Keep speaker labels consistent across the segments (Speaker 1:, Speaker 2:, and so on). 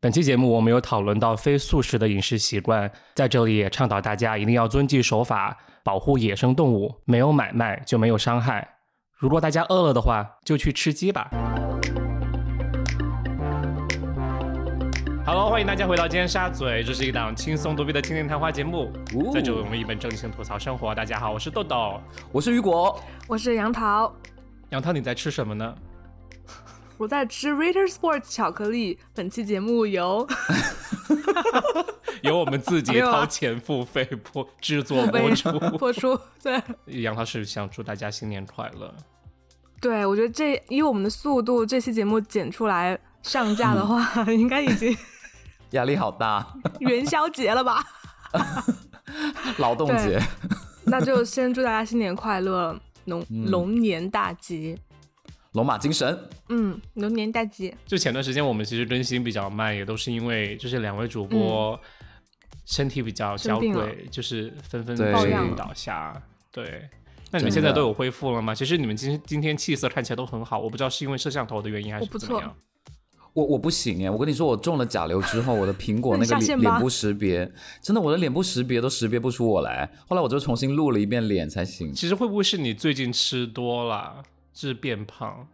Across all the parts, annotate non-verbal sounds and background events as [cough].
Speaker 1: 本期节目我们有讨论到非素食的饮食习惯，在这里也倡导大家一定要遵纪守法，保护野生动物，没有买卖就没有伤害。如果大家饿了的话，就去吃鸡吧。Hello，欢迎大家回到尖沙咀，这是一档轻松独臂的青年谈话节目，
Speaker 2: 哦
Speaker 1: 在这里我们一本正经吐槽生活。大家好，我是豆豆。
Speaker 2: 我是雨果，
Speaker 3: 我是杨桃，
Speaker 1: 杨涛，你在吃什么呢？
Speaker 3: 我在吃 Ritter Sports 巧克力。本期节
Speaker 2: [laughs]
Speaker 3: 目由
Speaker 1: 由我们自己
Speaker 3: 没有啊
Speaker 1: 掏钱付费播制作
Speaker 2: 啊
Speaker 3: 被
Speaker 1: 播出。
Speaker 3: [laughs] 播出。对，
Speaker 1: 杨涛是想祝大家新年快乐。
Speaker 3: 对我觉得这以我们的速度，这期节目剪出来上架
Speaker 2: 嗯
Speaker 3: 的话， [laughs] 应该已经
Speaker 2: 压力好
Speaker 3: [laughs]
Speaker 2: 大，
Speaker 3: 元宵节了吧？ [laughs]
Speaker 2: 劳动节
Speaker 3: 对，那就先祝大家新年快乐，龙
Speaker 2: 嗯
Speaker 3: 龙年大吉。
Speaker 2: 龙马精神。
Speaker 3: 嗯，龙年大吉。
Speaker 1: 就前段时间我们其实更新比较慢，也都是因为就是两位主播身体比较娇
Speaker 3: 嗯生病
Speaker 1: 贵，就是纷纷
Speaker 2: 对
Speaker 1: 生
Speaker 3: 抱恙
Speaker 1: 病
Speaker 3: 了
Speaker 1: 倒下。对，那你们
Speaker 2: 真
Speaker 1: 现
Speaker 2: 的
Speaker 1: 在都有恢复了吗？其实你们今今天气色看起来都很好，我不知道是因为摄像头的原因还是
Speaker 3: 我不
Speaker 1: 怎么
Speaker 3: 错
Speaker 1: 样。
Speaker 2: 我我不行哎，我跟你说，我中了甲流之后，我的苹果那
Speaker 3: 那你
Speaker 2: 个
Speaker 3: 下
Speaker 2: 脸
Speaker 3: 线吧
Speaker 2: 脸部识别，真的我的脸部识别都识别不出我来。后来我就重新录了一遍脸才行。
Speaker 1: 其实会不会是你最近吃多了，致变胖？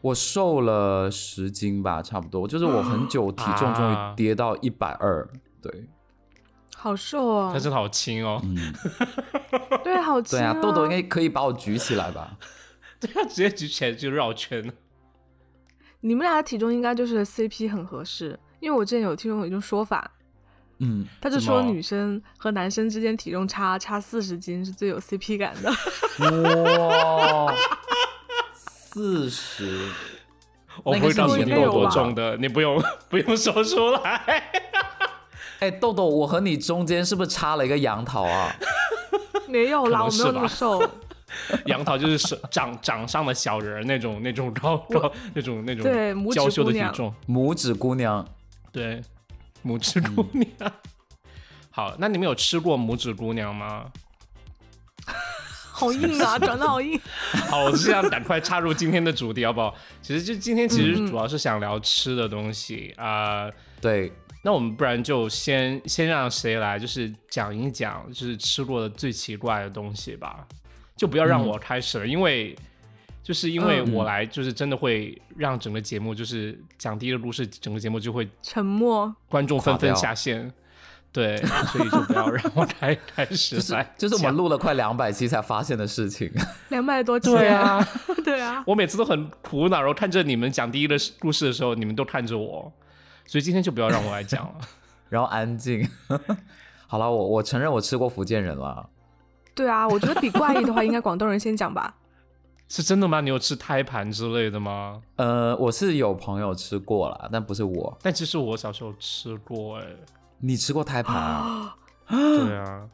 Speaker 2: 我瘦了十斤吧，差不多，就是我很久体重终
Speaker 1: 啊
Speaker 2: 于跌到一百
Speaker 3: [gasps]
Speaker 2: 二，对
Speaker 3: 好瘦哦
Speaker 1: 它，真的好轻哦，
Speaker 2: 嗯
Speaker 3: 对，好轻、
Speaker 2: 对
Speaker 3: 哦
Speaker 2: 啊，豆豆应该可以把我举起来
Speaker 3: [laughs]
Speaker 2: 吧？
Speaker 1: [laughs] 对啊，直接举起来就绕圈了。
Speaker 3: 你们俩的体重应该就是 CP 很合适，因为我之前有听过一种说法，
Speaker 2: 嗯，
Speaker 3: 他就
Speaker 1: 怎么
Speaker 3: 说女生和男生之间体重差差四十斤是最有 CP 感的。 [laughs]
Speaker 2: 哇，四十，
Speaker 1: 我不
Speaker 2: 那个
Speaker 1: 会
Speaker 2: 是
Speaker 1: 告诉
Speaker 2: 你
Speaker 1: 你
Speaker 2: 的
Speaker 1: 有
Speaker 2: 肉
Speaker 1: 多
Speaker 2: 吧
Speaker 1: 重的，你不用 [laughs] 不用说出来。
Speaker 2: 哎，豆豆，我和你中间是不是插了一个杨桃啊？
Speaker 3: 没有
Speaker 1: 可能
Speaker 3: 啦，我
Speaker 1: 是
Speaker 3: 没有那么瘦。
Speaker 1: 杨桃就是手 [laughs] 掌掌上的小人儿那种那种高高那种那种
Speaker 3: 对拇指
Speaker 1: 娇羞的
Speaker 3: 姑
Speaker 1: 体
Speaker 3: 娘
Speaker 1: 重，
Speaker 2: 拇指姑娘，
Speaker 1: 对，拇指姑娘。
Speaker 3: 嗯
Speaker 1: [laughs] 好，那你们有吃过拇指姑娘吗？
Speaker 3: 好硬啊，长得好
Speaker 1: [laughs]
Speaker 3: 硬。
Speaker 1: 好，我这样赶快插入今天的主题，好不好？其实就今天其
Speaker 3: 嗯
Speaker 1: 实主要是想聊吃的东西啊、呃
Speaker 2: 对，
Speaker 1: 那我们不然就先先让谁来，就是讲一讲，就是吃过的最奇怪的东西吧，就不要让我开始了，因为就是因为我来，就是真的会让整个节目就是讲第一个故事，整个节目就会
Speaker 3: 沉默，
Speaker 1: 观众纷纷
Speaker 2: 垮掉
Speaker 1: 下线，对，
Speaker 2: [laughs]
Speaker 1: 所以就不要让我开开始
Speaker 2: 就是
Speaker 1: 来
Speaker 2: 就是我
Speaker 1: 讲
Speaker 2: 们录了快两百期才发现的事情。
Speaker 3: 两百多斤。
Speaker 1: 对，啊，
Speaker 3: [laughs] 对啊。
Speaker 1: [laughs] 我每次都很苦恼，然后看着你们讲第一个故事的时候，你们都看着我，所以今天就不要让我来讲了。
Speaker 2: 然后安静。 [laughs] 好了，我我承认我吃过福建人了，
Speaker 3: 对啊，我觉得比怪异的话，应该广东人先
Speaker 1: [laughs]
Speaker 3: 讲吧。
Speaker 1: 是真的吗？你有吃胎盘之类的吗？
Speaker 2: 呃，我是有朋友吃过啦，但不是我。
Speaker 1: 但其实我小时候吃过、
Speaker 2: [gasps]
Speaker 1: 哎，
Speaker 2: 你吃过胎
Speaker 1: [gasps]
Speaker 2: 盘啊？
Speaker 1: 对啊，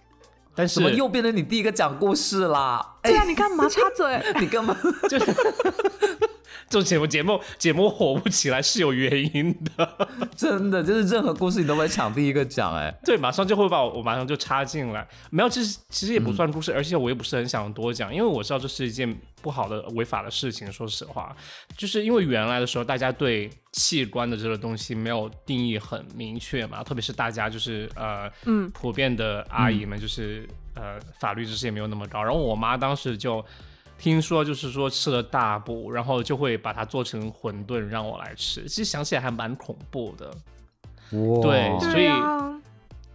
Speaker 1: 但是
Speaker 2: 怎么又变成你第一个讲故事啦？哎，
Speaker 3: 对啊，你干嘛插嘴？
Speaker 2: 你根本
Speaker 1: [laughs]
Speaker 2: [laughs]
Speaker 1: 就是这种节目节目节目火不起来是有原因的，
Speaker 2: 真的就是任何故事你都会抢第一个讲哎、
Speaker 1: 对，马上就会把我我马上就插进来，没有，其实其实也不
Speaker 2: 嗯
Speaker 1: 算故事，而且我也不是很想多讲，因为我知道这是一件不好的违法的事情，说实话，就是因为原来的时候大家对器官的这个东西没有定义很明确嘛，特别是大家就是呃
Speaker 3: 嗯，
Speaker 1: 普遍的阿姨们就是、呃法律知识也没有那么高。然后我妈当时就听说就是说吃了大补，然后就会把它做成馄饨让我来吃。其实想起来还蛮恐怖的，
Speaker 2: 哇，
Speaker 1: 对哦所以
Speaker 3: 对啊。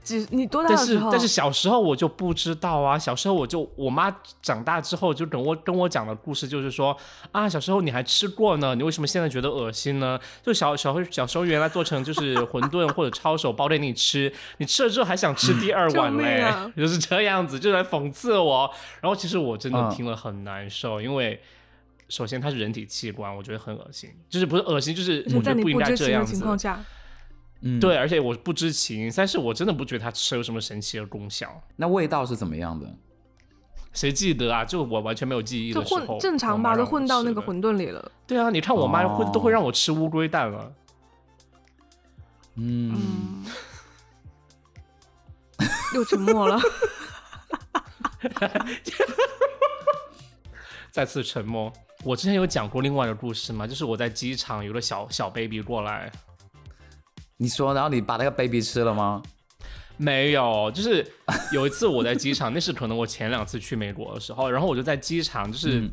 Speaker 3: 几你多大
Speaker 1: 但
Speaker 3: 的时
Speaker 1: 是
Speaker 3: 候？
Speaker 1: 但是小时候我就不知道啊，小时候我就我妈长大之后就跟我跟我讲的故事就是说啊，小时候你还吃过呢，你为什么现在觉得恶心呢？就小小时候小时候原来做成就是馄饨或者抄手包给你吃，你吃了之后还想吃第二碗
Speaker 3: 救
Speaker 1: 嘞，
Speaker 3: 命啊
Speaker 1: 就是这样子，就来讽刺我。然后其实我真的
Speaker 2: 嗯
Speaker 1: 听了很难受，因为。首先，它是人体器官，我觉得很恶心，就是不是恶心，就是我
Speaker 3: 而且
Speaker 1: 觉
Speaker 3: 在
Speaker 1: 得
Speaker 3: 你
Speaker 1: 不应
Speaker 3: 不
Speaker 1: 该
Speaker 3: 知
Speaker 1: 这
Speaker 3: 情
Speaker 1: 样
Speaker 3: 的
Speaker 1: 子。
Speaker 3: 情况下，
Speaker 2: 嗯，
Speaker 1: 对，而且我不知情，但是我真的不觉得它吃有什么神奇的功效。
Speaker 2: 那味道是怎么样的？
Speaker 1: 谁记得啊？就我完全没有记忆
Speaker 3: 就
Speaker 1: 的时
Speaker 3: 混
Speaker 1: 候，
Speaker 3: 正常
Speaker 1: 我妈
Speaker 3: 吧，都
Speaker 1: 让我
Speaker 3: 混到那个
Speaker 1: 吃的。
Speaker 3: 馄饨里了。
Speaker 1: 对啊，你看我妈会、
Speaker 2: 哦
Speaker 1: 都会让我吃乌龟蛋了。
Speaker 2: 嗯，
Speaker 3: 嗯，又沉默了。
Speaker 1: 再次沉默。我之前有讲过另外的故事嘛，就是我在机场有个小小 baby 过来，
Speaker 2: 你说，然后你把那个 baby 吃了吗？
Speaker 1: 没有，就是有一次我在机场，那 [laughs] 是可能我前两次去美国的时候，然后我就在机场，就是、
Speaker 3: 嗯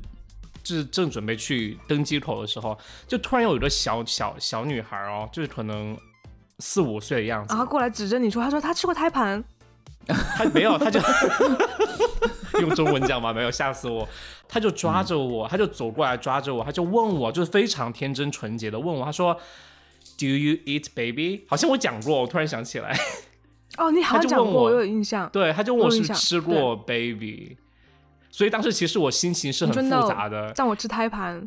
Speaker 1: 就是正准备去登机口的时候，就突然有一个小小小女孩哦，就是可能四五岁的样子
Speaker 3: 然，后啊过来指着你说，他说他吃过胎盘，
Speaker 1: 她没有，她就用中文讲吧，没有吓死我，她就抓着我，她就走过来抓着我，她就问我，就是非常天真纯洁的问我，她说。Do you eat baby？好像我讲过，我突然想起来， [laughs]
Speaker 3: 哦，你好
Speaker 1: 他
Speaker 3: 像
Speaker 1: 就
Speaker 3: 讲
Speaker 1: 问
Speaker 3: 过，
Speaker 1: 我
Speaker 3: 我有印象。
Speaker 1: 对，他就问我是不
Speaker 3: 我有印
Speaker 1: 是
Speaker 3: 象
Speaker 1: 吃过 baby，所以当时其实我心情是很
Speaker 3: 真的
Speaker 1: 复杂的，
Speaker 3: 让我吃胎盘，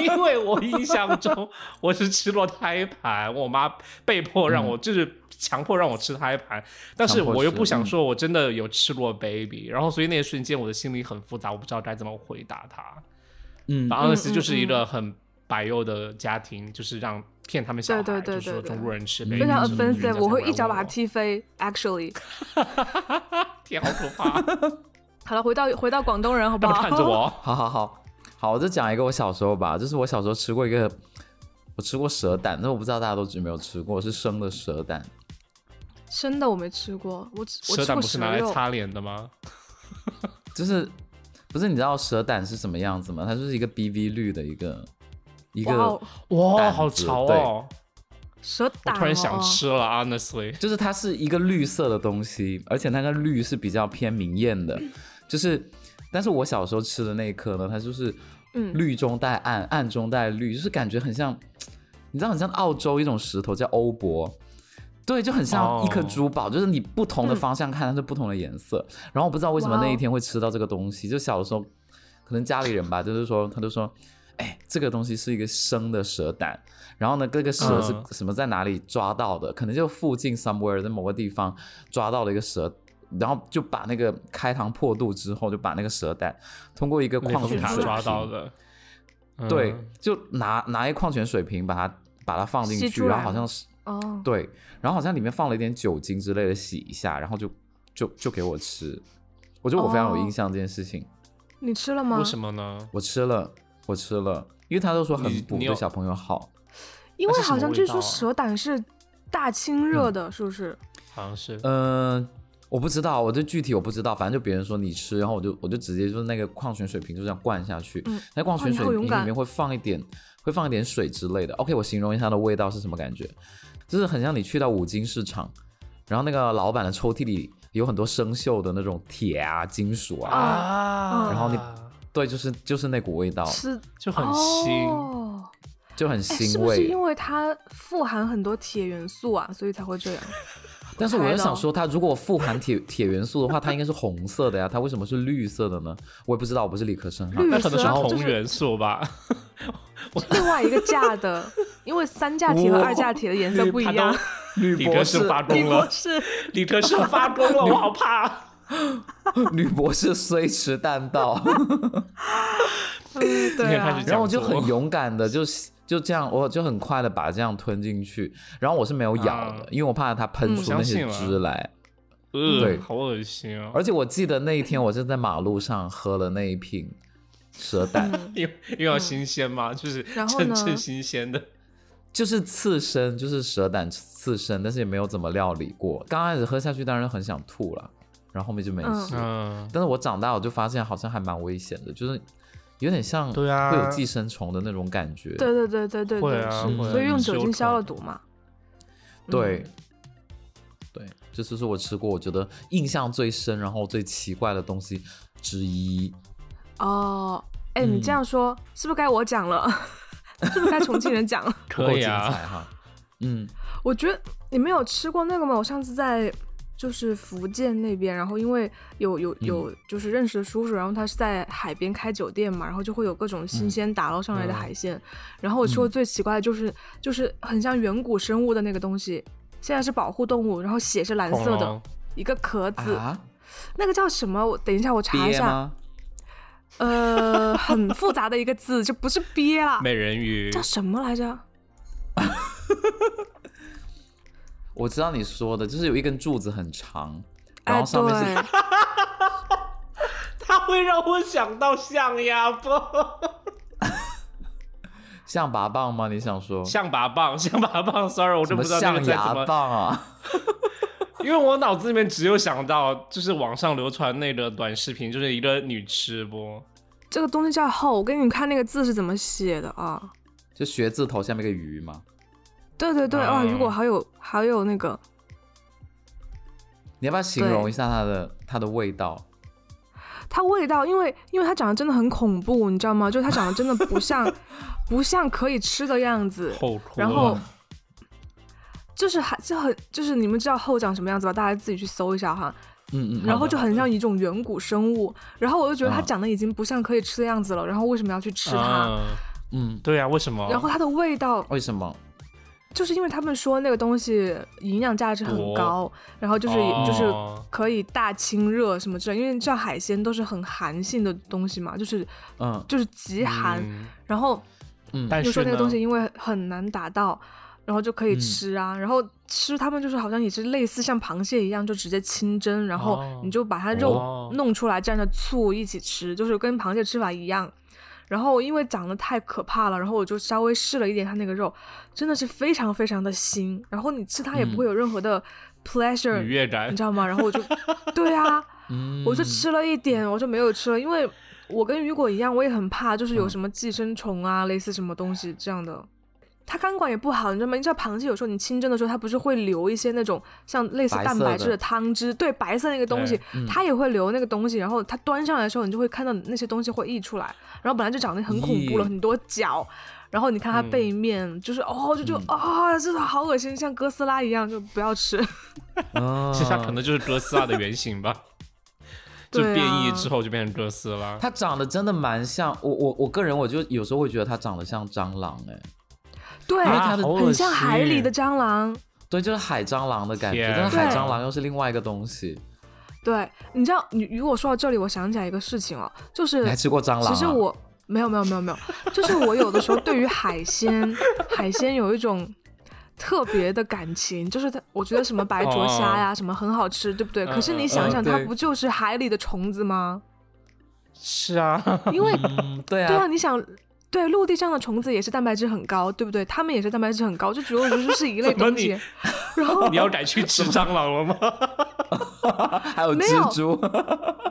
Speaker 1: 因为我印象中我是吃过胎盘，我妈被迫
Speaker 3: 嗯
Speaker 1: 让我、就是强迫让我吃胎盘，但是
Speaker 2: 强迫
Speaker 1: 我又
Speaker 2: 吃
Speaker 1: 不
Speaker 3: 嗯
Speaker 1: 想说我真的有吃过 baby，、然后所以那一瞬间我的心里很复杂，我不知道该怎么回答她。
Speaker 2: 嗯
Speaker 1: 然后呢，其实就是
Speaker 3: 嗯
Speaker 1: 一个很白幼的家庭，就是让骗他们小孩，
Speaker 3: 对对对
Speaker 1: 就是说
Speaker 3: 对对
Speaker 1: 中国人吃
Speaker 2: 嗯
Speaker 1: baby，
Speaker 3: 非常
Speaker 1: 就是人家
Speaker 3: offensive，
Speaker 1: 才
Speaker 3: 我会
Speaker 1: 来
Speaker 3: 一脚
Speaker 1: 问
Speaker 3: 把它
Speaker 1: 我，
Speaker 3: 踢飞。Actually，
Speaker 1: 天，好可
Speaker 3: [laughs]
Speaker 1: 怕！
Speaker 3: 好了，回到回到广东人好不
Speaker 1: 他
Speaker 3: 好？
Speaker 1: 们看着
Speaker 3: [laughs]
Speaker 1: 我哦。
Speaker 2: 好好好，好，我就讲一个我小时候吧，就是我小时候吃过一个，我吃过蛇胆，但我不知道大家都有没有吃过，是生的蛇胆。
Speaker 3: 生的我没吃过，我只我
Speaker 1: 蛇
Speaker 3: 吃
Speaker 1: 胆
Speaker 3: 过
Speaker 1: 不是
Speaker 3: 蛇
Speaker 1: 拿来
Speaker 3: 肉。
Speaker 1: 擦脸的
Speaker 3: [laughs]
Speaker 1: 吗？
Speaker 2: 就是不是你知道蛇胆是什么样子吗？它就是一个 BV 绿的一个一
Speaker 3: 哇
Speaker 2: 个
Speaker 3: 哦，，
Speaker 1: 哇，
Speaker 2: 胆
Speaker 1: 好
Speaker 2: 子
Speaker 1: 潮
Speaker 2: 对
Speaker 1: 哦！
Speaker 3: 蛇
Speaker 1: 我
Speaker 3: 胆、哦！
Speaker 1: 突然想吃了，honestly，
Speaker 2: 就是它是一个绿色的东西，而且那个绿是比较偏明艳
Speaker 3: 嗯
Speaker 2: 的，就是。但是我小时候吃的那一颗呢，它就是
Speaker 3: 嗯
Speaker 2: 绿中带暗，暗中带绿，就是感觉很像，你知道很像澳洲一种石头叫欧泊，对，就很像一颗
Speaker 1: 哦
Speaker 2: 珠宝，就是你不同的方向看它是不同的颜色。然后我不知道为什么
Speaker 3: 嗯哇哦
Speaker 2: 那一天会吃到这个东西，就小时候可能家里人吧，就是说他就说，哎，这个东西是一个生的蛇胆，然后呢，这个蛇是
Speaker 1: 嗯
Speaker 2: 什么在哪里抓到的？可能就附近 somewhere 在某个地方抓到了一个蛇。然后就把那个开膛破肚之后，就把那个蛇胆通过一个矿
Speaker 1: 被
Speaker 2: 泉
Speaker 1: 他
Speaker 2: 水
Speaker 1: 抓到
Speaker 2: 瓶
Speaker 1: 的。
Speaker 2: 对
Speaker 1: 嗯，
Speaker 2: 就拿拿一矿泉水瓶把它把它放进
Speaker 3: 吸
Speaker 2: 去，
Speaker 3: 出
Speaker 2: 然
Speaker 3: 来
Speaker 2: 后好
Speaker 3: 了
Speaker 2: 像是
Speaker 3: 哦，
Speaker 2: 对，然后好像里面放了一点酒精之类的洗一下，然后就就就给我吃。我觉得我非常有
Speaker 3: 哦
Speaker 2: 印象这件事情，
Speaker 3: 你吃了吗？
Speaker 1: 为什么呢？
Speaker 2: 我吃了，我吃了，因为他都说很
Speaker 1: 你
Speaker 2: 补，
Speaker 1: 你
Speaker 2: 对
Speaker 1: 有
Speaker 2: 小朋友好。
Speaker 3: 因
Speaker 1: 那
Speaker 3: 为
Speaker 1: 是什么
Speaker 3: 好像
Speaker 1: 味
Speaker 3: 据
Speaker 1: 道
Speaker 3: 说
Speaker 1: 啊嗯
Speaker 3: 蛇胆是大清热的，是不是？
Speaker 1: 好像是
Speaker 2: 嗯、我不知道，我这具体我不知道，反正就别人说你吃，然后我就我就直接就是那个矿泉水瓶就这样灌下去，
Speaker 3: 嗯
Speaker 2: 那矿
Speaker 3: 哇
Speaker 2: 泉
Speaker 3: 你
Speaker 2: 水
Speaker 3: 好
Speaker 2: 瓶
Speaker 3: 勇
Speaker 2: 里
Speaker 3: 敢
Speaker 2: 面会放一点会放一点水之类的。OK，我形容一下它的味道是什么感觉，就是很像你去到五金市场，然后那个老板的抽屉里有很多生锈的那种铁啊、金属啊，
Speaker 1: 啊
Speaker 2: 然后你对，就是就是那股味道，
Speaker 3: 吃
Speaker 1: 就哦很腥，
Speaker 3: 哦，
Speaker 2: 就很
Speaker 3: 哎，
Speaker 2: 腥味。
Speaker 3: 是不是因为它富含很多铁元素啊，所以才会
Speaker 1: [laughs]
Speaker 3: 这样？
Speaker 2: 但是我
Speaker 3: 猜
Speaker 2: 又
Speaker 3: 的
Speaker 2: 想
Speaker 3: 哦
Speaker 2: 说，它如果富含铁铁元素的话，它应该是红色的呀，它为什么是绿色的呢？我也不知道，我不是理科生哈。
Speaker 3: 绿
Speaker 1: 那可能是
Speaker 3: 色就
Speaker 1: 铜
Speaker 3: 是
Speaker 1: 元素吧？
Speaker 3: 另外一个价的，因为三价
Speaker 1: [laughs]
Speaker 3: 铁和二价铁的颜色不一
Speaker 1: 他
Speaker 3: 样
Speaker 1: 都。
Speaker 2: 女
Speaker 1: 理
Speaker 2: 博
Speaker 1: 科
Speaker 2: 士
Speaker 1: 生，发
Speaker 3: [laughs] 你
Speaker 1: 功
Speaker 3: 不
Speaker 1: 了，
Speaker 3: 是
Speaker 1: 理科生发功 [laughs] 了，我好怕。
Speaker 2: 啊 [laughs] 女博士虽迟但
Speaker 1: [laughs]
Speaker 2: 到。
Speaker 3: 嗯对
Speaker 1: 天开
Speaker 3: 啊
Speaker 1: 始，讲
Speaker 2: 然后我就
Speaker 1: 座
Speaker 2: 很勇敢的就就这样，我就很快的把这样吞进去。然后我是没有咬的，
Speaker 1: 啊
Speaker 2: 因为我怕它喷
Speaker 3: 嗯
Speaker 2: 出那
Speaker 1: 相信
Speaker 2: 些
Speaker 1: 了
Speaker 2: 汁来。对
Speaker 1: 呃，好恶心哦！
Speaker 2: 而且我记得那一天我是在马路上喝了那一瓶蛇
Speaker 1: [laughs]
Speaker 2: 胆，
Speaker 1: 因为因为要新鲜嘛，就是
Speaker 3: 嗯然后
Speaker 1: 趁
Speaker 3: 呢
Speaker 1: 趁新鲜的。
Speaker 2: 就是刺身，就是蛇胆刺身，但是也没有怎么料理过。刚开始喝下去当然很想吐了，然后后面就没事。
Speaker 1: 嗯，
Speaker 2: 但是我长大我就发现好像还蛮危险的，就是有点像
Speaker 1: 对啊
Speaker 2: 会有寄生虫的那种感觉。
Speaker 3: 对对对对对
Speaker 1: 会
Speaker 3: 对，
Speaker 1: 啊
Speaker 3: 是
Speaker 1: 会啊
Speaker 3: 所以用
Speaker 1: 你是
Speaker 3: 酒
Speaker 1: 有
Speaker 3: 精消
Speaker 1: 可
Speaker 3: 了
Speaker 1: 能
Speaker 3: 毒嘛。
Speaker 2: 对，嗯对，这就是我吃过我觉得印象最深，然后最奇怪的东西之一。
Speaker 3: 哦，哎，你这样说是不是该我讲了？ [laughs] 是不是该重庆人讲了？ [laughs]
Speaker 2: 不够
Speaker 1: 可以
Speaker 2: 精
Speaker 1: 啊，
Speaker 2: 彩哈。嗯，
Speaker 3: 我觉得你们有吃过那个吗？我上次在就是福建那边，然后因为有有有就是认识的叔叔，然后他是在海边开酒店嘛，然后就会有各种新鲜打捞上来的海鲜。然后我吃过最奇怪的就是就是很像远古生物的那个东西，现在是保护动物，然后血是蓝
Speaker 1: 恐
Speaker 3: 色的
Speaker 1: 龙。
Speaker 3: 一个壳子，
Speaker 2: 啊，
Speaker 3: 那个叫什么？我等一下我查一
Speaker 2: 鳖
Speaker 3: 下。
Speaker 2: 吗？
Speaker 3: 呃，很复杂的一个字，就不是鳖
Speaker 2: [laughs]
Speaker 3: 啦，
Speaker 1: 美人鱼
Speaker 3: 叫什么来着？
Speaker 2: 我知道你说的，就是有一根柱子很长，然
Speaker 3: 哎，
Speaker 2: 后上面是、
Speaker 3: 对，
Speaker 2: [laughs]
Speaker 1: 它会让我想到象牙不？
Speaker 2: 象拔蚌吗？你想说
Speaker 1: 象拔蚌，象拔蚌，sorry，我
Speaker 2: 什
Speaker 1: 真
Speaker 2: 么
Speaker 1: 不知道那个
Speaker 2: 象
Speaker 1: 字
Speaker 2: 牙
Speaker 1: 怎么，
Speaker 2: 蚌啊？ [laughs]
Speaker 1: [laughs] 因为我脑子里面只有想到就是网上流传那个短视频，就是一个女吃播，
Speaker 3: 这个东西叫后，我给你们看那个字是怎么写的啊？
Speaker 2: 就学字头下面一个鱼嘛。
Speaker 3: 对对对，哇、
Speaker 1: 嗯
Speaker 3: 如果还有还有那个，
Speaker 2: 你要不要形容一下它的它的味道？
Speaker 3: 它味道，因为因为它长得真的很恐怖，你知道吗？就它长得真的
Speaker 2: [laughs]
Speaker 3: 不像不像可以吃的样子，
Speaker 1: 后哭，
Speaker 3: 然后就是还就很就是你们知道后长什么样子吧？大家自己去搜一下哈。
Speaker 2: 嗯嗯嗯，
Speaker 3: 然后就很像一种远古生物，然后我就觉得它
Speaker 2: 嗯
Speaker 3: 长得已经不像可以吃的样子了，然后为什么要去吃它？
Speaker 1: 嗯，
Speaker 2: 嗯，
Speaker 1: 对啊，为什么？
Speaker 3: 然后它的味道，
Speaker 2: 为什么？
Speaker 3: 就是因为他们说那个东西营养价值很高，然后就是、
Speaker 1: 哦
Speaker 3: 就是可以大清热什么之类，因为像海鲜都是很寒性的东西嘛，就是
Speaker 2: 嗯
Speaker 3: 就是极寒，
Speaker 1: 嗯
Speaker 3: 然后
Speaker 2: 嗯，
Speaker 1: 但
Speaker 3: 就是说那个
Speaker 1: 呢
Speaker 3: 东西因为很难达到，然后就可以
Speaker 2: 嗯
Speaker 3: 吃啊，然后吃他们就是好像也是类似像螃蟹一样，就直接清蒸，然后
Speaker 1: 哦
Speaker 3: 你就把它肉
Speaker 1: 哦
Speaker 3: 弄出来蘸着醋一起吃，就是跟螃蟹吃法一样。然后因为长得太可怕了，然后我就稍微试了一点它那个肉，真的是非常非常的腥。然后你吃它也不会有任何的 pleasure，、
Speaker 1: 嗯愉悦感
Speaker 3: 你知，道吗？然后我就，对啊，
Speaker 2: 嗯
Speaker 3: 我就吃了一点，我就没有吃了，因为我跟雨果一样，我也很怕，就是有什么寄生虫啊，类似什么东西这样的。它肝管也不好，你知道吗？你知道螃蟹有时候你清蒸的时候，它不是会流一些那种像类似
Speaker 2: 白
Speaker 3: 蛋
Speaker 2: 色
Speaker 3: 白质
Speaker 2: 的
Speaker 3: 的汤汁，对，白色那个东西
Speaker 1: 对，
Speaker 3: 它也会流那个东西。然后它端上来的时候，你就会看到那些东西会溢出来，然后本来就长得很恐怖了，
Speaker 2: 咦
Speaker 3: 很多角。然后你看它
Speaker 1: 嗯
Speaker 3: 背面，就是哦，就就啊，这、个好恶心，像哥斯拉一样，就不要吃。
Speaker 2: 啊
Speaker 1: 其实它可能就是哥斯拉的原型吧，就
Speaker 3: [laughs] 对啊
Speaker 1: 变异之后就变成哥斯拉。
Speaker 2: 它长得真的蛮像我我我个人我就有时候会觉得它长得像蟑螂哎、
Speaker 3: 对，
Speaker 2: 因为它
Speaker 1: 啊
Speaker 2: 的
Speaker 1: 好恶
Speaker 3: 很像海里
Speaker 1: 心
Speaker 3: 的蟑螂。
Speaker 2: 对，就是海蟑螂的感觉，
Speaker 1: 天啊
Speaker 2: 但是海
Speaker 3: 对
Speaker 2: 蟑螂又是另外一个东西。
Speaker 3: 对，你知道，你如果说到这里，我想起来一个事情哦，就是
Speaker 2: 你还吃过蟑螂、啊？
Speaker 3: 其实我没有没有没有没有，就是我有的时候对于海鲜海鲜有一种。特别的感情，就是它，我觉得什么白灼虾呀，什么很好吃，对不对？
Speaker 1: 哦嗯
Speaker 3: 可是你
Speaker 1: 嗯
Speaker 3: 想
Speaker 2: 嗯
Speaker 3: 想，它
Speaker 2: 对
Speaker 3: 不就是海里的虫子吗？
Speaker 1: 是啊，
Speaker 3: 因为
Speaker 2: 嗯，对
Speaker 3: 对啊，
Speaker 2: 啊，
Speaker 3: 你想，对陆地上的虫子也是蛋白质很高，对不对？它们也是蛋白质很高，就只不过只是是一类
Speaker 1: 怎么
Speaker 3: 东西
Speaker 1: 你。
Speaker 3: 然
Speaker 1: [laughs]
Speaker 3: 后
Speaker 1: 你要改去吃蟑螂了吗？ [laughs]
Speaker 2: [laughs] 还有
Speaker 3: 啊没有
Speaker 2: 蜘蛛，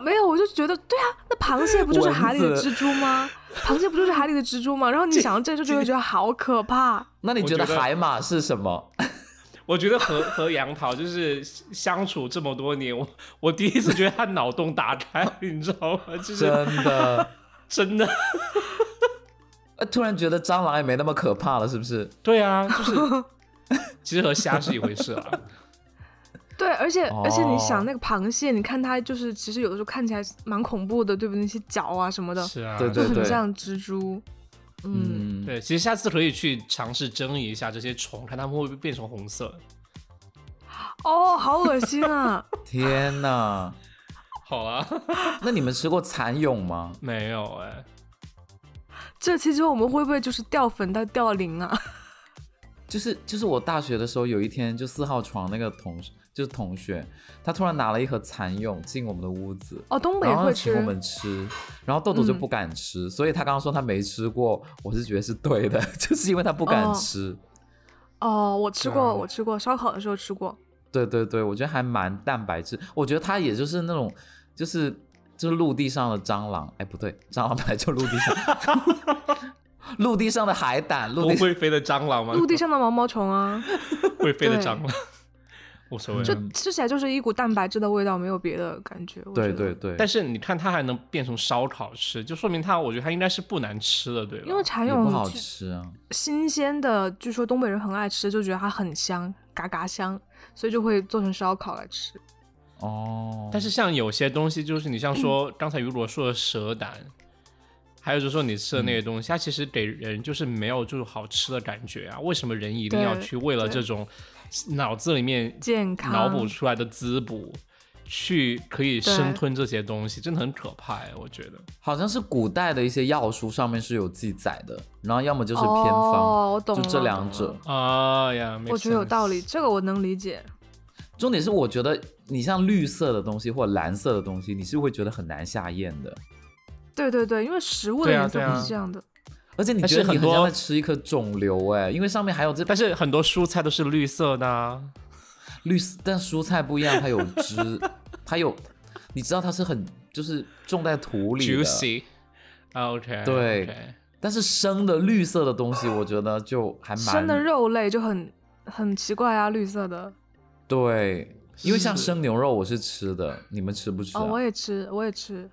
Speaker 3: 没有，我就觉得对啊，那螃蟹不就是海里的
Speaker 2: 蚊子
Speaker 3: 蜘蛛吗？螃蟹不就是海里的蜘蛛吗？然后你想到这就就会觉得好可怕。
Speaker 2: 那你
Speaker 1: 我
Speaker 2: 觉得
Speaker 1: 觉得
Speaker 2: 海马是什
Speaker 1: [laughs]
Speaker 2: 么？
Speaker 1: 我觉得和和杨桃就是相处这么多年，我我第一次觉得他脑洞打开，你知道吗？
Speaker 3: 啊
Speaker 1: 就是
Speaker 2: 真的，
Speaker 1: 真的，
Speaker 2: 呃突然觉得蟑螂也没那么可怕了，是不是？
Speaker 1: 对啊，就是
Speaker 3: [laughs]
Speaker 1: 其实和虾是一回事啊。
Speaker 3: 对，而且、
Speaker 2: 哦
Speaker 3: 而且你想那个螃蟹，你看它就是其实有的时候看起来蛮恐怖的，对不对？那些脚啊什么的，
Speaker 1: 是啊，
Speaker 2: 对
Speaker 3: 就
Speaker 2: 对
Speaker 3: 很像蜘蛛。嗯，
Speaker 2: 嗯，
Speaker 1: 对，其实下次可以去尝试蒸一下这些虫，看它们会不会变成红色。
Speaker 3: 哦，好恶心啊！ [laughs]
Speaker 2: 天哪！
Speaker 1: 好啊， [laughs]
Speaker 2: 那你们吃过蚕蛹吗？
Speaker 1: 没有哎、
Speaker 2: [laughs]
Speaker 3: 这期之后我们会不会就是掉粉到掉零啊？
Speaker 2: 就是就是我大学的时候，有一天就四号床那个同就是同学，他突然拿了一盒蚕蛹进我们的屋子，
Speaker 3: 哦，东北
Speaker 2: 然后
Speaker 3: 会
Speaker 2: 他请
Speaker 3: 吃嗯
Speaker 2: 我，们吃，然后豆豆就不敢吃，所以他刚刚说他没吃过，我是觉得是对的， [laughs] 就是因为他不敢
Speaker 3: 哦
Speaker 2: 吃。
Speaker 3: 哦，我吃
Speaker 1: 对啊
Speaker 3: 过，我吃过，烧烤的时候吃过。
Speaker 2: 对对对，我觉得还蛮蛋白质，我觉得它也就是那种，就是就是陆地上的蟑螂，哎不对，蟑螂本来就陆地上， [laughs] 陆地上的海胆，陆
Speaker 1: 不
Speaker 2: 地
Speaker 1: 会飞的蟑
Speaker 3: [laughs]
Speaker 1: 螂吗？
Speaker 3: 陆地上的毛毛
Speaker 2: [laughs]
Speaker 3: 虫啊，
Speaker 1: 会飞的
Speaker 3: 对
Speaker 1: 蟑螂，无所谓。啊
Speaker 3: 就吃起来就是一股蛋白质的味道，没有别的感觉。我觉
Speaker 2: 对
Speaker 3: 得
Speaker 2: 对对，
Speaker 1: 但是你看它还能变成烧烤吃，就说明它，我觉得它应该是不难吃的，对吧？
Speaker 3: 因为蚕
Speaker 2: 也不好
Speaker 3: 蛹据
Speaker 2: 吃啊。
Speaker 3: 新鲜的，据说东北人很爱吃，就觉得它很香，嘎嘎香，所以就会做成烧烤来吃。
Speaker 2: 哦，
Speaker 1: 但是像有些东西，就是你像说
Speaker 3: 嗯
Speaker 1: 刚才雨果说的蛇胆，还有就是说你吃的那些
Speaker 3: 嗯
Speaker 1: 东西，它其实给人就是没有就是好吃的感觉啊。为什么人一定要
Speaker 3: 对
Speaker 1: 去为了这种脑子里面
Speaker 3: 健康
Speaker 1: 脑补出来的滋补，去可以生吞这些东西，真的很可怕、哎，我觉得。
Speaker 2: 好像是古代的一些药书上面是有记载的，然后要么就是偏方，
Speaker 3: 哦，我懂
Speaker 2: 就
Speaker 3: 了，
Speaker 2: 这两者。
Speaker 1: 啊呀，
Speaker 3: 我觉得有道
Speaker 1: 理。
Speaker 3: 理，这个我能理解。
Speaker 2: 重点是我觉得你像绿色的东西或蓝色的东西，你是会觉得很难下咽的。
Speaker 3: 对对对，因为食物的
Speaker 1: 对啊
Speaker 3: 颜色
Speaker 1: 对
Speaker 3: 不
Speaker 1: 啊
Speaker 3: 是这样的，
Speaker 2: 而且你
Speaker 1: 但
Speaker 2: 觉
Speaker 1: 是
Speaker 2: 得你
Speaker 1: 很
Speaker 2: 很像
Speaker 1: 多
Speaker 2: 在吃一颗肿瘤哎、因为上面还
Speaker 1: [laughs]
Speaker 2: 有这
Speaker 1: 但是很多蔬菜都是绿色的、啊，
Speaker 2: 绿丝，但蔬菜不一样，它有汁， [laughs] 它有，你知道它是很就是种在土里的
Speaker 1: juicy。OK，啊
Speaker 2: 对
Speaker 1: OK
Speaker 2: 但是生的绿色的东西，我觉得就还蛮
Speaker 3: 生的肉类就很很奇怪啊，绿色的。
Speaker 2: 对，因为像
Speaker 1: 是
Speaker 2: 生牛肉我是吃的，你们吃不吃、啊？
Speaker 3: 哦，我也吃，我也吃。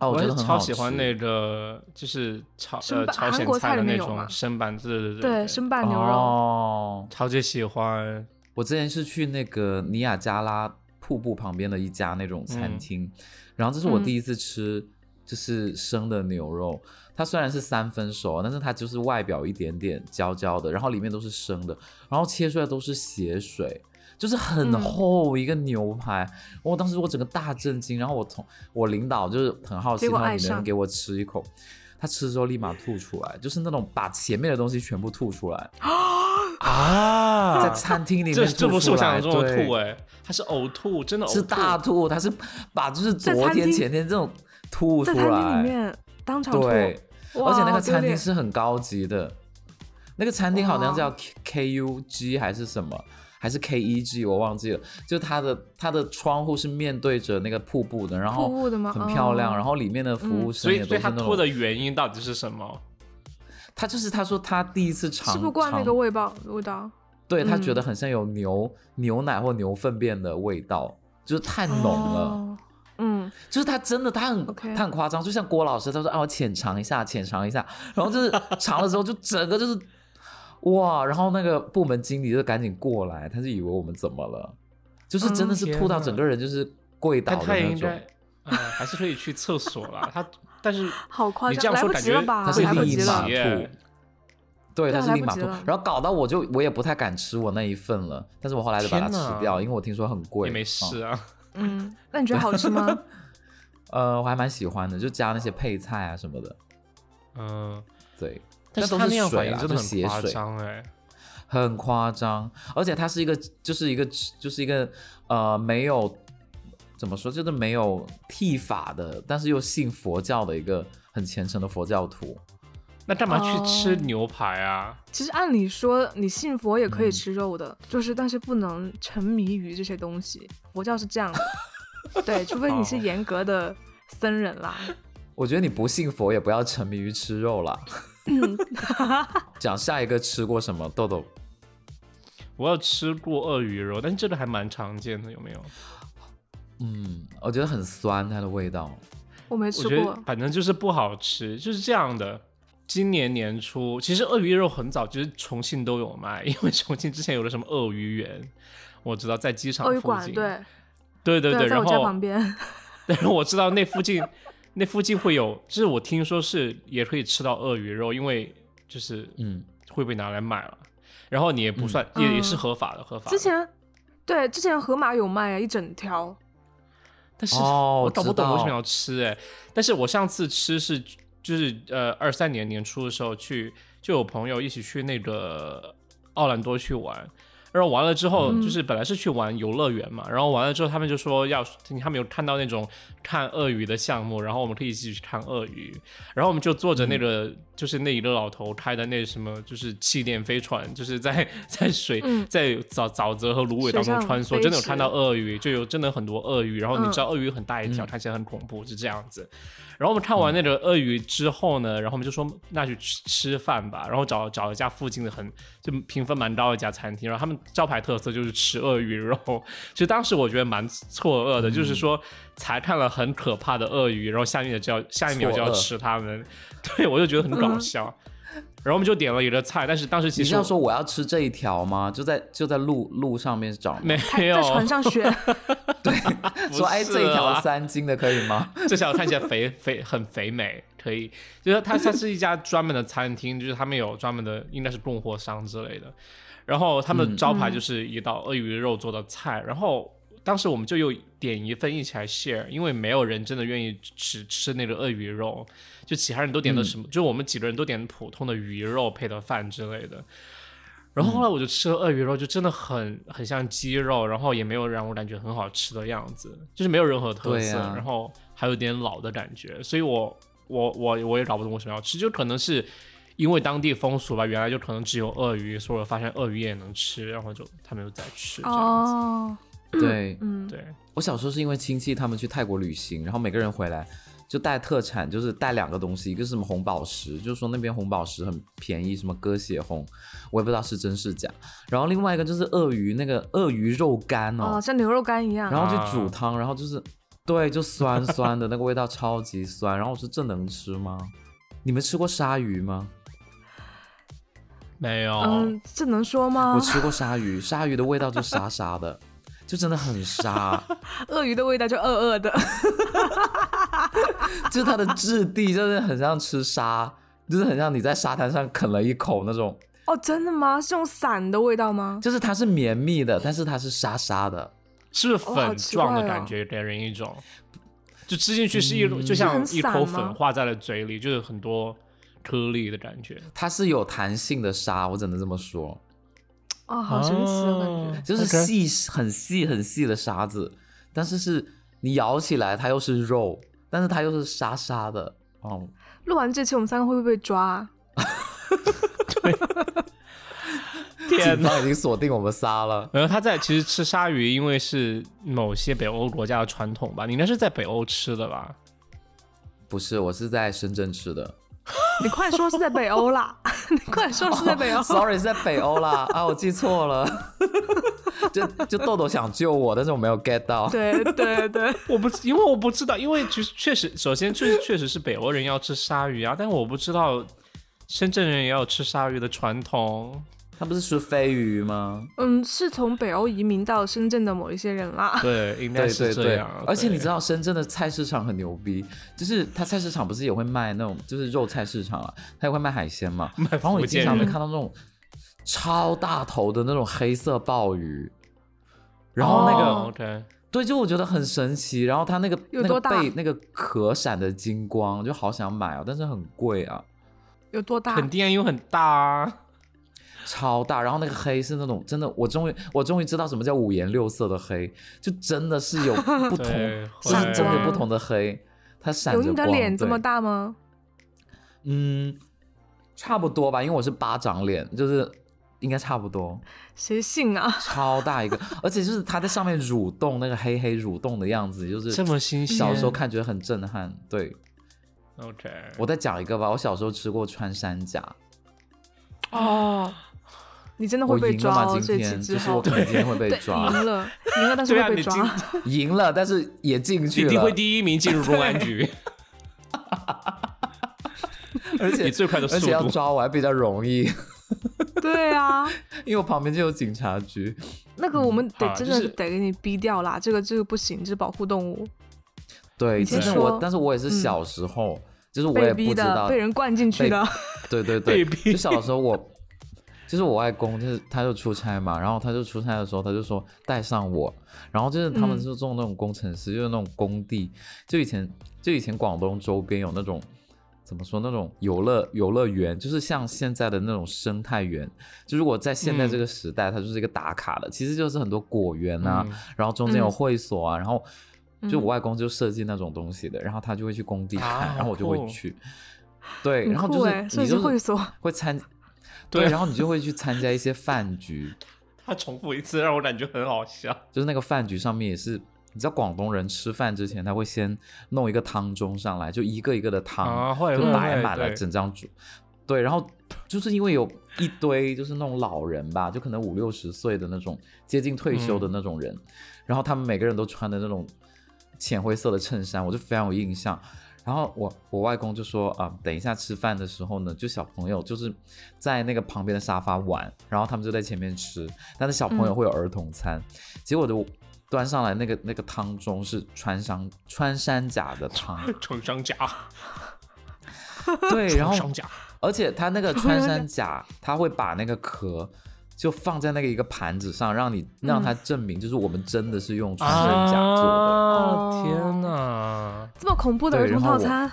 Speaker 2: 哦我
Speaker 1: 我
Speaker 2: 觉
Speaker 1: 也
Speaker 2: 得很好
Speaker 1: 超
Speaker 2: 吃
Speaker 1: 喜欢那个，就是炒
Speaker 3: 生
Speaker 1: 呃
Speaker 3: 拌
Speaker 1: 朝
Speaker 3: 韩
Speaker 1: 鲜
Speaker 3: 国菜
Speaker 1: 的
Speaker 3: 里面
Speaker 1: 那
Speaker 3: 有吗
Speaker 1: 种生拌，对对对
Speaker 3: 对，生拌牛肉。
Speaker 2: 哦，
Speaker 1: 超级喜
Speaker 2: [laughs]
Speaker 1: 欢。
Speaker 2: 我之前是去那个尼亚加拉瀑布旁边的一家那种
Speaker 1: 嗯
Speaker 2: 餐厅，然后这是我
Speaker 3: 嗯
Speaker 2: 第一次吃，就是生的牛肉。它虽然是三分熟，啊但是它就是外表一点点焦焦的，然后里面都是生的，然后切出来都是血水，就是很
Speaker 3: 嗯
Speaker 2: 厚一个牛排。我当时我整个大震惊，然后我同我领导就是很好奇，
Speaker 3: 结果
Speaker 2: 他说
Speaker 3: 爱
Speaker 2: 你能不能
Speaker 3: 上
Speaker 2: 给我吃一口？他吃之后立马吐出来，就是那种把前面的东西全部吐出来，
Speaker 1: 啊
Speaker 2: 在餐厅里面
Speaker 1: 这
Speaker 2: 吐
Speaker 1: 这不是我
Speaker 2: 出
Speaker 1: 想
Speaker 2: 来
Speaker 1: 象中的
Speaker 2: 对
Speaker 1: 吐哎、它是呕吐，真的呕吐
Speaker 2: 是大吐，他是把就是昨
Speaker 3: 在餐
Speaker 2: 天
Speaker 3: 厅
Speaker 2: 前天这种吐出
Speaker 3: 在餐厅里
Speaker 2: 来，
Speaker 3: 面当场吐，
Speaker 2: 对，
Speaker 3: 哇
Speaker 2: 而且那个餐
Speaker 3: 丢
Speaker 2: 厅
Speaker 3: 脸
Speaker 2: 是很高级的，那个餐厅好像
Speaker 3: 哇
Speaker 2: 叫 K U G 还是什么，还是 K E G 我忘记了，就它的它的窗户是面对着那个瀑布的，然后
Speaker 3: 瀑布的吗
Speaker 2: 很漂亮，
Speaker 3: 哦
Speaker 2: 然后里面的服务
Speaker 1: 所
Speaker 2: 生也
Speaker 1: 以
Speaker 2: 都
Speaker 1: 所
Speaker 2: 是
Speaker 1: 以他
Speaker 2: 那
Speaker 1: 吐的
Speaker 2: 种，
Speaker 1: 原因到底是什么？
Speaker 2: 他就是他说他第一次尝
Speaker 3: 吃不惯那
Speaker 2: 尝
Speaker 3: 个味道味道。
Speaker 2: 对他
Speaker 3: 嗯
Speaker 2: 觉得很像有牛牛奶或牛粪便的味道，就是太浓了。
Speaker 3: 哦。嗯，
Speaker 2: 就是他真的，他很
Speaker 3: OK
Speaker 2: 他很夸张，就像郭老师，他说啊，我浅尝一下，浅尝一下，然后就是尝了之后，就整个就是哇，然后那个部门经理就赶紧过来，他就以为我们怎么了，就是真的
Speaker 1: 嗯
Speaker 2: 是
Speaker 1: 天
Speaker 2: 吐到
Speaker 1: 呐
Speaker 2: 整个人就是跪倒
Speaker 1: 但
Speaker 2: 的
Speaker 1: 他也
Speaker 2: 那
Speaker 1: 应
Speaker 2: 种
Speaker 1: 该，，呃，还是可以去厕所啦。他，但是
Speaker 3: [laughs] 好夸
Speaker 1: 你这
Speaker 3: 张，
Speaker 1: 样
Speaker 3: 来
Speaker 1: 说
Speaker 3: 不
Speaker 1: 感
Speaker 3: 及
Speaker 1: 觉
Speaker 3: 了吧？
Speaker 2: 他是
Speaker 3: 来不
Speaker 2: 立
Speaker 3: 及
Speaker 2: 马
Speaker 1: 立。
Speaker 3: 了
Speaker 2: 吐
Speaker 1: 耶。
Speaker 2: 对，他
Speaker 3: 对啊
Speaker 2: 是
Speaker 3: 来
Speaker 2: 立
Speaker 3: 不
Speaker 2: 马
Speaker 3: 及
Speaker 2: 吐
Speaker 3: 了，
Speaker 2: 然后搞到我就我也不太敢吃我那一份了，但是我后来就把它
Speaker 1: 天
Speaker 2: 吃
Speaker 1: 呐
Speaker 2: 掉，因为我听说很贵，
Speaker 1: 也没
Speaker 2: 嗯
Speaker 1: 事啊。
Speaker 3: 嗯，那你觉得好吃吗？
Speaker 2: 呃，我还蛮喜欢的，就加那些配菜啊什么的，
Speaker 1: 嗯，
Speaker 2: 对，
Speaker 1: 但是
Speaker 2: 都
Speaker 1: 他
Speaker 2: 是
Speaker 1: 那样
Speaker 2: 水
Speaker 1: 反应
Speaker 2: 啦
Speaker 1: 真的
Speaker 2: 就
Speaker 1: 很
Speaker 2: 血
Speaker 1: 夸
Speaker 2: 水。
Speaker 1: 张哎、
Speaker 2: 很夸张，而且它是一个，就是一个，就是一个，呃，没有怎么说，就是没有剃发的，但是又信佛教的一个很虔诚的佛教徒。
Speaker 1: 那干嘛去吃
Speaker 3: 哦
Speaker 1: 牛排啊？
Speaker 3: 其实按理说，你信佛也
Speaker 1: 嗯
Speaker 3: 可以吃肉的，就是但是不能沉迷于这些东西。佛教是这样的，
Speaker 1: [laughs]
Speaker 3: 对，除非你是
Speaker 1: 哦
Speaker 3: 严格的僧人啦。
Speaker 2: 我觉得你不信佛也不要沉迷于吃肉啦。讲下一个吃过什么豆豆？
Speaker 1: 我有吃过鳄鱼肉，但是这个还蛮常见的，有没有？
Speaker 2: 嗯，我觉得很酸，它的味道。
Speaker 3: 我没
Speaker 1: 我
Speaker 3: 吃
Speaker 1: 觉
Speaker 3: 过
Speaker 1: 得，反正就是不好吃，就是这样的。今年年初，其实鳄鱼肉很早就是重庆都有卖，因为重庆之前有了什么鳄鱼园，我知道在机场
Speaker 3: 鳄鱼
Speaker 1: 附
Speaker 3: 馆
Speaker 1: 近，对
Speaker 3: 对
Speaker 1: 对
Speaker 3: 在
Speaker 1: 然
Speaker 3: 我家
Speaker 1: 后 [laughs]
Speaker 3: 旁边。
Speaker 1: 但是我知道那附近那附近会有，就是我听说是也可以吃到鳄鱼肉，因为就是
Speaker 2: 嗯，
Speaker 1: 会被拿来卖了，然后你也不算、也也是合法的合法的。
Speaker 3: 嗯之前对之前河马有卖啊，一整条。
Speaker 1: 但是
Speaker 2: 哦
Speaker 1: 我搞不
Speaker 2: 知
Speaker 1: 懂为什么
Speaker 2: 道
Speaker 1: 要吃哎、但是我上次吃是就是呃二三年年初的时候去，就有朋友一起去那个奥兰多去玩。然后完了之后，
Speaker 3: 嗯
Speaker 1: 就是本来是去玩游乐园嘛，然后完了之后，他们就说要他们有看到那种看鳄鱼的项目，然后我们可以一起去看鳄鱼，然后我们就坐着那个、
Speaker 3: 嗯
Speaker 1: 就是那一个老头开的那什么就是气垫飞船， [laughs] 就是在在水、
Speaker 3: 嗯
Speaker 1: 在沼沼泽和芦苇当中
Speaker 3: 水上
Speaker 1: 穿梭，
Speaker 3: 飞
Speaker 1: 真的有
Speaker 3: 驰
Speaker 1: 看到鳄鱼，就有真的很多鳄鱼，然后你
Speaker 3: 嗯
Speaker 1: 知道鳄鱼很大一条，
Speaker 2: 嗯
Speaker 1: 看起来很恐怖，是这样子。然后我们看完那个鳄鱼之后
Speaker 3: 嗯
Speaker 1: 呢，然后我们就说那去吃吃饭吧，然后找找一家附近的很就评分蛮高的一家餐厅，然后他们招牌特色就是吃鳄鱼肉。其实当时我觉得蛮错愕的，
Speaker 2: 嗯
Speaker 1: 就是说才看了很可怕的鳄鱼，然后下一秒就要下一秒就要
Speaker 2: 错愕
Speaker 1: 吃它们，对我就觉得很搞
Speaker 2: [laughs]
Speaker 1: 笑。然后我们就点了一个菜，但是当时其
Speaker 2: 你是
Speaker 1: 实
Speaker 2: 要
Speaker 1: 我
Speaker 2: 说我要吃这一条吗？就在就在路路上面找吗，
Speaker 1: 没 [laughs] 有
Speaker 3: 在船上哦选，
Speaker 2: 说哎
Speaker 1: 不
Speaker 2: 这一
Speaker 1: 是啊
Speaker 2: 条
Speaker 1: 啦
Speaker 2: 三斤的可
Speaker 1: [laughs]
Speaker 2: 以吗？
Speaker 1: 至少看起来肥肥很肥美，可以。就是它它是一家专门的餐厅，就是他们有专门的应该是供货商之类的，然后他们的招牌就是一道鳄鱼肉做的菜，然后。当时我们就又点一份一起来 share，因为没有人真的愿意只吃那个鳄鱼肉，就其他人都点的什么，就我们几个人都点普通的鱼肉配的饭之类的。然后后来我就吃了鳄鱼肉，就真的很很像鸡肉，然后也没有让我感觉很好吃的样子，就是没有任何特
Speaker 2: 对
Speaker 1: 色，
Speaker 2: 啊
Speaker 1: 然后还有点老的感觉，所以我我我我也搞不懂为什么要吃，就可能是因为当地风俗吧，原来就可能只有鳄鱼，所以我发现鳄鱼也能吃，然后就他们就在吃这样子。
Speaker 3: 哦，
Speaker 2: 对，
Speaker 3: 嗯，
Speaker 1: 对，
Speaker 2: 我小时候是因为亲戚他们去泰国旅行，然后每个人回来就带特产，就是带两个东西，一个是什么红宝石，就是说那边红宝石很便宜，什么鸽血红，我也不知道是真是假。然后另外一个就是鳄鱼那个鳄鱼肉干
Speaker 3: 哦，像牛肉干一样。
Speaker 2: 然后就煮汤，然后就是对，就酸酸的那个味道，超级酸。然后我说这能吃吗？你们吃过鲨鱼吗？
Speaker 1: 没有，
Speaker 3: 嗯，这能说吗
Speaker 2: 我？吃过鲨鱼，鲨鱼的味道就沙沙的，就真的很沙，
Speaker 3: 鳄鱼的味道就恶恶的， [laughs]
Speaker 2: 就是它的质地就是很像吃沙，就是很像你在沙滩上啃了一口那种，
Speaker 3: 哦，真的吗？是用散的味道吗？
Speaker 2: 就是它是绵密的，但是它是沙沙的。
Speaker 1: 是不是
Speaker 3: 哦好
Speaker 1: 粉
Speaker 3: 奇怪
Speaker 1: 状的
Speaker 3: 哦
Speaker 1: 感觉，给人一种，就吃进去是一种，就像
Speaker 3: 是很
Speaker 1: 一口
Speaker 3: 散吗
Speaker 1: 粉化在了嘴里，就是很多颗粒的感觉。
Speaker 2: 它是有弹性的沙，我只能这么说，
Speaker 3: 哦，好神奇的感
Speaker 1: 哦
Speaker 3: 觉。
Speaker 2: 就是
Speaker 1: ，OK
Speaker 2: 细很细很细的沙子，但是是你咬起来它又是肉，但是它又是沙沙的。哦，
Speaker 3: 录完这期，我们三个会不会被抓啊？
Speaker 1: 天
Speaker 2: 警
Speaker 1: 哪！
Speaker 2: 方已经锁定我们仨了。
Speaker 1: 然后他在其实吃鲨鱼，因为是某些北欧国家的传统吧，你应该是在北欧吃的吧？
Speaker 2: 不是，我是在深圳吃的。
Speaker 3: [laughs] 你快说是在北欧啦！ [laughs] 你快说是在北
Speaker 2: [laughs]
Speaker 3: 欧。
Speaker 2: Sorry，是在北欧啦。啊，我记错了。 [laughs] 就就豆豆想救我，但是我没有 get [laughs] 到。
Speaker 3: 对对对，
Speaker 1: 我不，因为我不知道，因为确实确实，首先确确实是北欧人要吃鲨鱼啊，但我不知道深圳人也有吃鲨鱼的传统。
Speaker 2: 他不是吃飞鱼吗？
Speaker 3: [laughs] 嗯，是从北欧移民到深圳的某一些人啦。 [laughs]
Speaker 1: 对，应该
Speaker 2: 对
Speaker 1: 是
Speaker 2: 对
Speaker 1: 这
Speaker 2: 对
Speaker 1: 样。，啊
Speaker 2: 而且你
Speaker 1: 对
Speaker 2: 知道深圳的菜市场很牛逼，就是它菜市场不是也会卖那种就是肉菜市场啊，它也会卖海
Speaker 1: [laughs]
Speaker 2: 鲜嘛。然后
Speaker 1: 福
Speaker 2: 你
Speaker 1: 建
Speaker 2: 经常会
Speaker 1: 人
Speaker 2: 看到那种超大头的那种黑色鲍鱼，然后那个、
Speaker 1: 哦 OK，
Speaker 2: 对，就我觉得很神奇。然后它那个
Speaker 3: 有多大
Speaker 2: 那个被那个壳闪的金光，就好想买啊，但是很贵啊，
Speaker 3: 有多大？
Speaker 1: 肯定啊，因为很大啊。
Speaker 2: 超大。然后那个黑是那种真的，我终于我终于知道什么叫五颜六色的黑，就真的是有不
Speaker 1: [laughs]
Speaker 2: 同，
Speaker 1: 对
Speaker 2: 就是
Speaker 1: 会
Speaker 2: 真的有不同的黑，它闪着光。
Speaker 3: 有你的脸这么
Speaker 2: 对？
Speaker 3: 大吗？
Speaker 2: 嗯，差不多吧，因为我是巴掌脸，就是应该差不多。
Speaker 3: 谁信啊？
Speaker 2: 超大
Speaker 1: [laughs]
Speaker 2: 一个，而且就是它在上面蠕动，那个黑黑蠕动的样子，就是
Speaker 1: 这么新鲜
Speaker 2: 小时候看觉得很震撼。对
Speaker 1: OK，
Speaker 2: 我再讲一个吧，我小时候吃过穿山甲，
Speaker 3: 哦， [laughs] 你真的
Speaker 2: 我
Speaker 3: 会被
Speaker 2: 赢了
Speaker 3: 抓
Speaker 2: 吗？
Speaker 3: 哦！
Speaker 2: 今
Speaker 3: 这期
Speaker 2: 天
Speaker 3: 之
Speaker 2: 就是
Speaker 3: 后
Speaker 2: 我，可能今天会被
Speaker 3: [laughs] 对，
Speaker 2: 抓，
Speaker 3: 赢了，赢了，但是
Speaker 1: 对
Speaker 3: 会
Speaker 1: 啊，
Speaker 3: 被
Speaker 1: 你
Speaker 3: 抓
Speaker 1: 进。
Speaker 2: 赢了，但是也进去
Speaker 1: 一定
Speaker 2: 了
Speaker 1: 会，第一名进入公安局，
Speaker 2: 而且
Speaker 1: 以最快的速
Speaker 2: 而且要
Speaker 1: 度。
Speaker 2: 抓我还比较容易，
Speaker 3: [laughs] 对啊，
Speaker 2: 因为我旁边就有警察局。
Speaker 3: 那
Speaker 2: 嗯
Speaker 3: 个我们得
Speaker 1: 好
Speaker 3: 真
Speaker 1: 就
Speaker 3: 的
Speaker 1: 是
Speaker 3: 得给你逼掉啦，这个这个不行，这是保护动物，
Speaker 2: 对，
Speaker 3: 你先
Speaker 2: 真的
Speaker 3: 说嗯
Speaker 2: 我，但是我也是小时候，就是我也
Speaker 3: 被
Speaker 2: 不
Speaker 3: 逼
Speaker 2: 知
Speaker 3: 的，
Speaker 2: 道
Speaker 3: 被，人灌进去
Speaker 2: 被
Speaker 3: 的。
Speaker 2: 对对
Speaker 1: 被
Speaker 2: 对，
Speaker 1: 逼
Speaker 2: 就小时候我，就是我外公，就是他就出差嘛，然后他就出差的时候，他就说带上我，然后就是他们
Speaker 3: 嗯
Speaker 2: 是做那种工程师，就是那种工地，就以前就以前广东周边有那种。怎么说那种游乐游乐园，就是像现在的那种生态园。就如果在现在这个时代，它就是一个打卡的，其实就是很多果园啊，
Speaker 1: 嗯
Speaker 2: 然后中间有
Speaker 3: 嗯
Speaker 2: 会所啊，然后就我外公就设计那种东西的，然后他就会去工地
Speaker 1: 啊
Speaker 2: 看，然后我就
Speaker 1: 好
Speaker 2: 会
Speaker 1: 酷
Speaker 2: 去。对，
Speaker 3: 很
Speaker 2: 然后
Speaker 3: 酷 [laughs]
Speaker 2: 就
Speaker 3: 欸
Speaker 2: 是
Speaker 3: 设
Speaker 2: 你
Speaker 3: 计
Speaker 2: 就
Speaker 3: 会
Speaker 2: 是
Speaker 3: 所
Speaker 2: 会参，
Speaker 1: [laughs] 对啊
Speaker 2: 对，然后你就会去参加一些饭局，
Speaker 1: 他重复一次，让我感觉很好笑。
Speaker 2: 就是那个饭局上面也是，你知道广东人吃饭之前他会先弄一个汤盅上来，就一个一个的汤，
Speaker 1: 啊会
Speaker 2: 就
Speaker 1: 会
Speaker 2: 摆
Speaker 1: 会
Speaker 2: 满了
Speaker 1: 对
Speaker 2: 整张桌。对，然后就是因为有一堆就是那种老人吧，就可能五六十岁的那种接近退休
Speaker 1: 嗯
Speaker 2: 的那种人，然后他们每个人都穿的那种浅灰色的衬衫，我就非常有印象。然后我我外公就说啊、等一下吃饭的时候呢，就小朋友就是在那个旁边的沙发玩，然后他们就在前面吃，但是小朋友
Speaker 3: 嗯
Speaker 2: 会有儿童餐，结果就端上来那个那个汤中是穿山穿山甲的汤，
Speaker 1: [laughs] 穿山甲，
Speaker 2: 对，然后
Speaker 1: 穿山甲，
Speaker 2: 而且它那个穿山甲，它会把那个壳就放在那个一个盘子上，让你让它证明就是我们真的是用穿山甲做的。
Speaker 3: 哦
Speaker 1: 啊天哪！
Speaker 3: 这么恐怖的
Speaker 2: 对
Speaker 3: 儿童
Speaker 2: 然后
Speaker 3: 套
Speaker 2: 我
Speaker 3: 餐，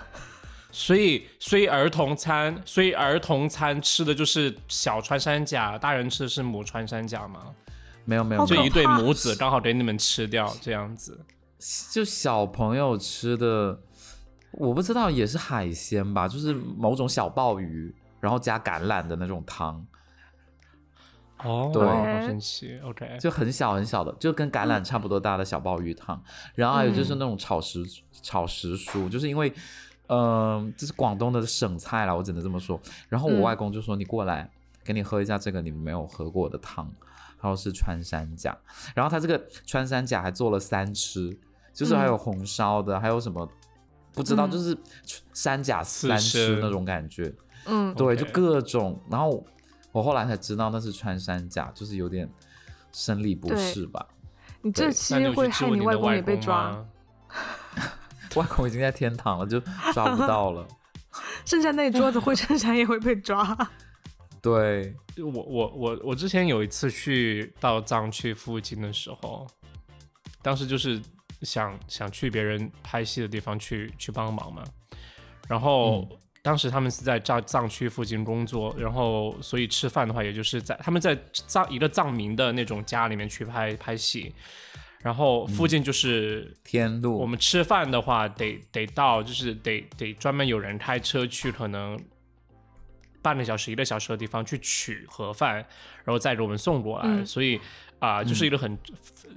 Speaker 1: 所以，所以儿童餐，所以儿童餐吃的就是小穿山甲，大人吃的是母穿山甲吗？
Speaker 2: 没有没
Speaker 3: 好
Speaker 2: 有，
Speaker 3: 可
Speaker 1: 就
Speaker 2: 没有
Speaker 1: 一对母子刚好给你们吃掉，这样子。
Speaker 2: 就小朋友吃的，我不知道也是海鲜吧，就是某种小鲍鱼，然后加橄榄的那种汤，
Speaker 1: 哦，
Speaker 2: 对
Speaker 1: 好神奇，OK，
Speaker 2: 就很小很小的，就跟橄榄差不多大的小鲍鱼汤。然后还有就是那种炒时、炒时蔬，就是因为，嗯、这是广东的省菜啦，我只能这么说。然后我
Speaker 3: 嗯
Speaker 2: 外公就说：“你过来，给你喝一下这个你没有喝过的汤。”然后是穿山甲，然后他这个穿山甲还做了三吃，就是还有红烧的，还有什么不知道，
Speaker 3: 嗯
Speaker 2: 就是山甲
Speaker 1: 刺
Speaker 2: 三
Speaker 1: 身
Speaker 2: 吃那种感觉。
Speaker 3: 嗯，
Speaker 2: 对
Speaker 1: OK
Speaker 2: 就各种。然后我后来才知道那是穿山甲，就是有点生理不适吧。
Speaker 3: 你这
Speaker 2: 对
Speaker 1: 那
Speaker 3: 期
Speaker 1: 你有
Speaker 3: 会
Speaker 1: 去
Speaker 3: 害
Speaker 1: 救你
Speaker 3: 外
Speaker 1: 的
Speaker 3: 公
Speaker 1: 外
Speaker 3: 也被
Speaker 1: 公啊
Speaker 3: 抓，
Speaker 1: 吗？
Speaker 2: 外公已经在天堂了，就抓不到
Speaker 3: [laughs]
Speaker 2: 了。
Speaker 3: 剩下那一桌子灰衬衫也会被 [laughs] 抓。
Speaker 2: 对，
Speaker 1: 我我我我之前有一次去到藏区附近的时候，当时就是想想去别人拍戏的地方去去帮忙嘛，然后。当时他们是在藏藏区附近工作，然后所以吃饭的话，也就是在他们在藏一个藏民的那种家里面去拍拍戏，然后附近就是
Speaker 2: 天路，
Speaker 1: 我们吃饭的话，得得到就是得得专门有人开车去，可能半个小时、一个小时的地方去取盒饭，然后再给我们送过来。
Speaker 3: 嗯
Speaker 1: 所以啊、就是一个很、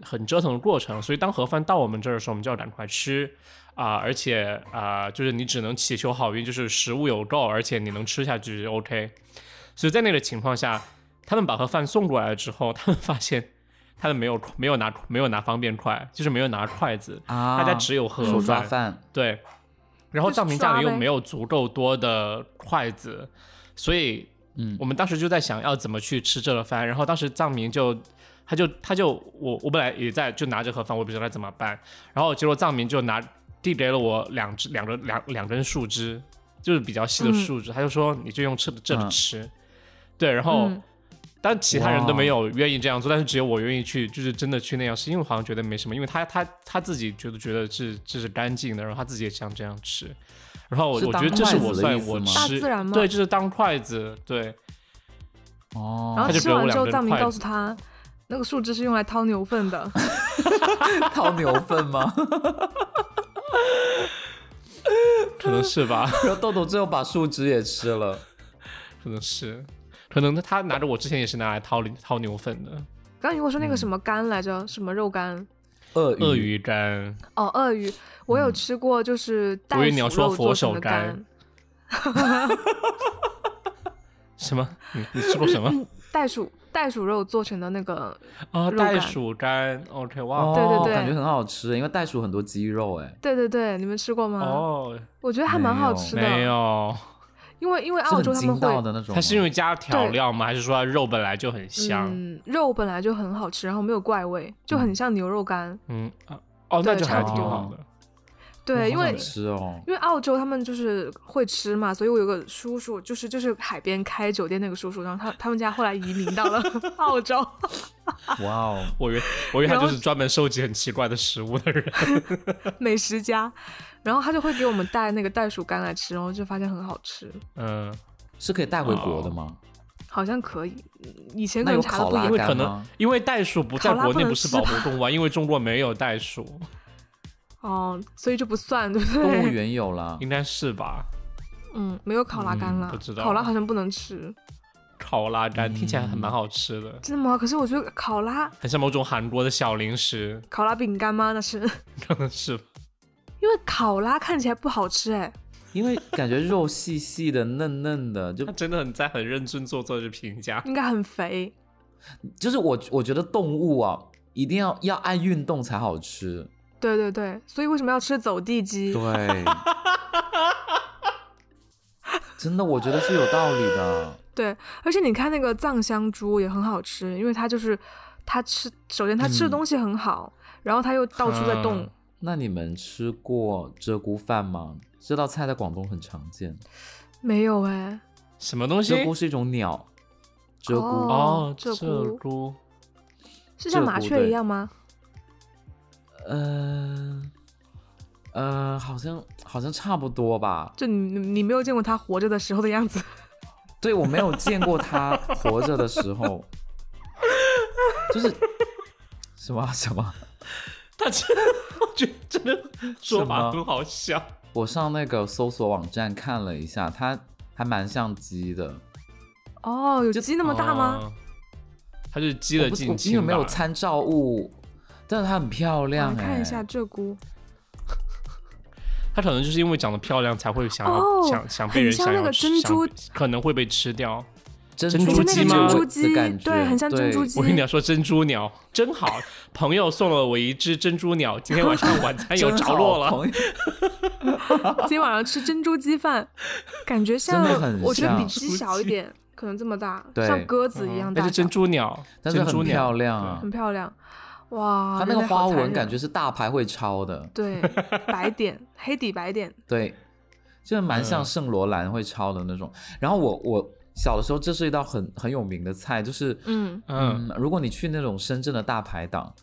Speaker 1: 很折腾的过程。所以当盒饭到我们这儿的时候，我们就要赶快吃啊、而且啊、就是你只能祈求好运，就是食物有够，而且你能吃下去就 OK。所以在那个情况下，他们把盒饭送过来之后，他们发现。他们没有没有拿没有拿方便筷，就是没有拿筷子，
Speaker 2: 啊，
Speaker 1: 大家只有盒
Speaker 2: 手抓
Speaker 1: 饭，
Speaker 2: 饭，
Speaker 1: 对。然后
Speaker 3: 就是
Speaker 1: 藏民家里
Speaker 3: 抓
Speaker 1: 又
Speaker 3: 呗
Speaker 1: 没有足够多的筷子，所以，嗯，我们当时就在想要怎么去吃这个饭。然后当时藏民就，他就他就我我本来也在就拿着盒饭，我也不知道该怎么办。然后结果藏民就拿递给了我两只两个两两根树枝，就是比较细的
Speaker 3: 嗯
Speaker 1: 树枝，他就说你就用吃的这个
Speaker 2: 嗯
Speaker 1: 吃。对，然后。
Speaker 3: 嗯
Speaker 1: 但其他人都没有愿意这样做，但是只有我愿意去，就是真的去那样吃，因为我好像觉得没什么，因为他他他自己觉得觉得这这是干净的，然后他自己也想这样吃，然后我
Speaker 2: 是
Speaker 1: 我
Speaker 2: 当
Speaker 1: 觉得这是我
Speaker 2: 筷子的
Speaker 1: 算
Speaker 2: 意思
Speaker 1: 我
Speaker 2: 吗
Speaker 3: 大
Speaker 1: 吃
Speaker 3: 自然吗
Speaker 1: 对，就是当筷子， [laughs] 对，
Speaker 2: 哦，
Speaker 3: [laughs] 然后
Speaker 1: 他就
Speaker 3: 吃
Speaker 1: 给我
Speaker 3: 完之
Speaker 1: 两
Speaker 3: 后，
Speaker 1: 根
Speaker 3: 藏民
Speaker 1: 筷
Speaker 3: 告
Speaker 1: 子
Speaker 3: 诉他，那个树枝是用来掏牛粪 [laughs] 的。
Speaker 2: 掏牛粪吗？
Speaker 3: [laughs]
Speaker 1: 可能是吧，
Speaker 2: 然后豆豆最后把树枝也吃了。
Speaker 1: 可能是，可能他拿着我之前也是拿来掏掏牛粪的，
Speaker 3: 刚刚如果说那个什么干来着，什么肉干，
Speaker 2: 鳄鱼，
Speaker 1: 鳄鱼干，
Speaker 3: 哦，鳄鱼，我有吃过，就是袋
Speaker 1: 我以为
Speaker 3: 鼠
Speaker 1: 你要
Speaker 3: 肉
Speaker 1: 说佛
Speaker 3: 做成
Speaker 1: 手
Speaker 3: 的
Speaker 1: 柑
Speaker 3: 干，
Speaker 1: 什么？嗯你你吃过什么
Speaker 3: 袋鼠袋鼠肉做成的那个，
Speaker 1: 啊？
Speaker 3: 肉
Speaker 1: 袋
Speaker 3: 干
Speaker 1: 鼠干，OK，哇，
Speaker 2: 哦，
Speaker 3: 对对对
Speaker 2: 感觉很好吃，因为袋鼠很多肌肉，哎，
Speaker 3: 对对对，你们吃过吗？
Speaker 1: 哦，
Speaker 3: 我觉得还蛮好吃
Speaker 1: 没
Speaker 3: 的，
Speaker 1: 有，
Speaker 3: 因为因为
Speaker 2: 是
Speaker 3: 澳
Speaker 2: 很
Speaker 3: 洲他
Speaker 2: 筋
Speaker 3: 们会
Speaker 2: 道的那种吗。
Speaker 1: 它是因为加调
Speaker 3: 对
Speaker 1: 料吗？还是说它肉本来就很香？
Speaker 3: 嗯，肉本来就很好吃，然后没有怪味，就很像牛肉干。
Speaker 1: 嗯啊，哦，那
Speaker 3: 对
Speaker 1: 就
Speaker 3: 差
Speaker 1: 还
Speaker 2: 不
Speaker 1: 挺
Speaker 2: 多
Speaker 1: 好的。
Speaker 3: 对，
Speaker 2: 我
Speaker 3: 因
Speaker 2: 好
Speaker 3: 为
Speaker 2: 想吃哦，
Speaker 3: 因为澳洲他们就是会吃嘛，所以我有个叔叔，就是就是海边开酒店那个叔叔，然后他他们家后来移民到了 [laughs] 澳洲，
Speaker 2: 哇哦，
Speaker 1: 我以为我以为他
Speaker 3: 然后
Speaker 1: 就是专门收集很奇怪的食物的人。
Speaker 3: 美食家，然后他就会给我们带那个袋鼠干来吃，然后就发现很好吃，
Speaker 1: 嗯，
Speaker 2: 是可以带回国的
Speaker 3: [laughs]
Speaker 2: 吗？
Speaker 3: 好像可以，以前可
Speaker 2: 那有
Speaker 3: 能查的
Speaker 2: 考
Speaker 3: 不
Speaker 2: 拉
Speaker 1: 因
Speaker 3: 严，
Speaker 1: 为
Speaker 2: 干
Speaker 1: 可能
Speaker 2: 吗？
Speaker 1: 因为袋鼠不在
Speaker 3: 考拉
Speaker 1: 国
Speaker 3: 不
Speaker 1: 内
Speaker 3: 能
Speaker 1: 不是
Speaker 3: 吃
Speaker 1: 保护动物啊，因为中国没有袋鼠，
Speaker 3: 哦，所以就不算，对不
Speaker 2: 动物
Speaker 3: 对？
Speaker 2: 园有啦，
Speaker 1: 应该是吧？
Speaker 3: 嗯，没有考拉干啦，
Speaker 1: 不知道
Speaker 3: 考拉好像不能吃，
Speaker 1: 烤拉干听起来还蛮好吃的，
Speaker 3: 真的吗？可是我觉得考拉
Speaker 1: 很像某种韩国的小零食，
Speaker 3: 考拉饼干吗？那是
Speaker 1: 可能是
Speaker 3: 因为考拉看起来不好吃哎，
Speaker 2: 因为感觉肉细细的、嫩嫩的，就
Speaker 1: 他真的很在很认真做做这评价。
Speaker 3: 应该很肥，
Speaker 2: 就是我我觉得动物啊，一定要要爱运动才好吃。
Speaker 3: 对对对，所以为什么要吃走地鸡？
Speaker 2: 对， [laughs] 真的，我觉得是有道理的。
Speaker 3: 对，而且你看那个藏香猪也很好吃，因为它就是它吃，首先它
Speaker 2: 嗯
Speaker 3: 吃的东西很好，然后它又到处在动。
Speaker 1: 嗯
Speaker 2: 那你们吃过鹧鸪饭吗？这道菜在广东很常见。
Speaker 3: 没有哎、
Speaker 1: 什么东西
Speaker 2: 鹧？鸪是一种鸟，鹧鸪
Speaker 3: 哦
Speaker 1: 哦，
Speaker 3: 鹧鸪
Speaker 1: 鸪
Speaker 3: 是像麻
Speaker 2: 鹧鸪
Speaker 3: 雀
Speaker 2: 对
Speaker 3: 一样吗？
Speaker 2: 嗯，呃，好像好像差不多吧。
Speaker 3: 就你你没有见过它活着的时候的样子。 [laughs]
Speaker 2: 对我没有见过它活着的时候，
Speaker 3: [laughs]
Speaker 2: 就是什么什么。
Speaker 1: 他真的，我觉得真的说
Speaker 2: 什
Speaker 1: 法
Speaker 2: 么
Speaker 1: 很好笑。
Speaker 2: 我上那个搜索网站看了一下，它还蛮像鸡的。
Speaker 3: 哦，有鸡那么大吗？
Speaker 1: 哦？它就是鸡的
Speaker 2: 我不
Speaker 1: 近
Speaker 2: 我因
Speaker 1: 亲
Speaker 2: 为没有
Speaker 1: 吧
Speaker 2: 参照物，但是它很漂
Speaker 3: 我
Speaker 2: 亮
Speaker 3: 来
Speaker 2: 哎、
Speaker 3: 啊看一下鹧鸪，
Speaker 1: 它可能就是因为长得漂亮才会想要、
Speaker 3: 哦
Speaker 1: 想想被人
Speaker 3: 很像
Speaker 1: 想要
Speaker 3: 那个珍珠
Speaker 1: 想可能会被吃掉。
Speaker 2: 珍
Speaker 1: 珍珠
Speaker 2: 珠
Speaker 3: 就是
Speaker 1: 鸡
Speaker 3: 那
Speaker 1: 吗
Speaker 3: 个珍珠
Speaker 2: 的感
Speaker 3: 鸡，
Speaker 2: 觉
Speaker 3: 对，很像珍珠。鸡
Speaker 1: 我。跟你讲说珍珠鸟真好，朋友送了我一只珍珠鸟，今天晚上晚餐哎有
Speaker 2: 真
Speaker 1: 着
Speaker 2: 好
Speaker 1: 落了。
Speaker 2: 朋友
Speaker 3: 今天晚上吃珍珠鸡饭，感觉像
Speaker 2: 真的很，
Speaker 3: 我觉得
Speaker 2: 像
Speaker 3: 比鸡小一点，可能这么大，
Speaker 2: 对嗯
Speaker 3: 像鸽子一样
Speaker 1: 那
Speaker 3: 大
Speaker 1: 是
Speaker 3: 小
Speaker 1: 珍，珠鸟，
Speaker 2: 但是
Speaker 1: 珍珠
Speaker 2: 很
Speaker 1: 鸟
Speaker 2: 漂亮啊
Speaker 3: 很，漂亮。哇，
Speaker 2: 它那
Speaker 3: 人
Speaker 2: 个
Speaker 3: 类好
Speaker 2: 花
Speaker 3: 残
Speaker 2: 纹
Speaker 3: 忍
Speaker 2: 感觉是大牌会抄的，
Speaker 3: 对白点，黑底白点，
Speaker 2: 对，就是蛮像
Speaker 1: 嗯
Speaker 2: 圣罗兰会抄的那种。然后我我小的时候，这是一道很很有名的菜，就是
Speaker 3: 嗯，
Speaker 1: 嗯，
Speaker 2: 嗯，如果你去那种深圳的大排档，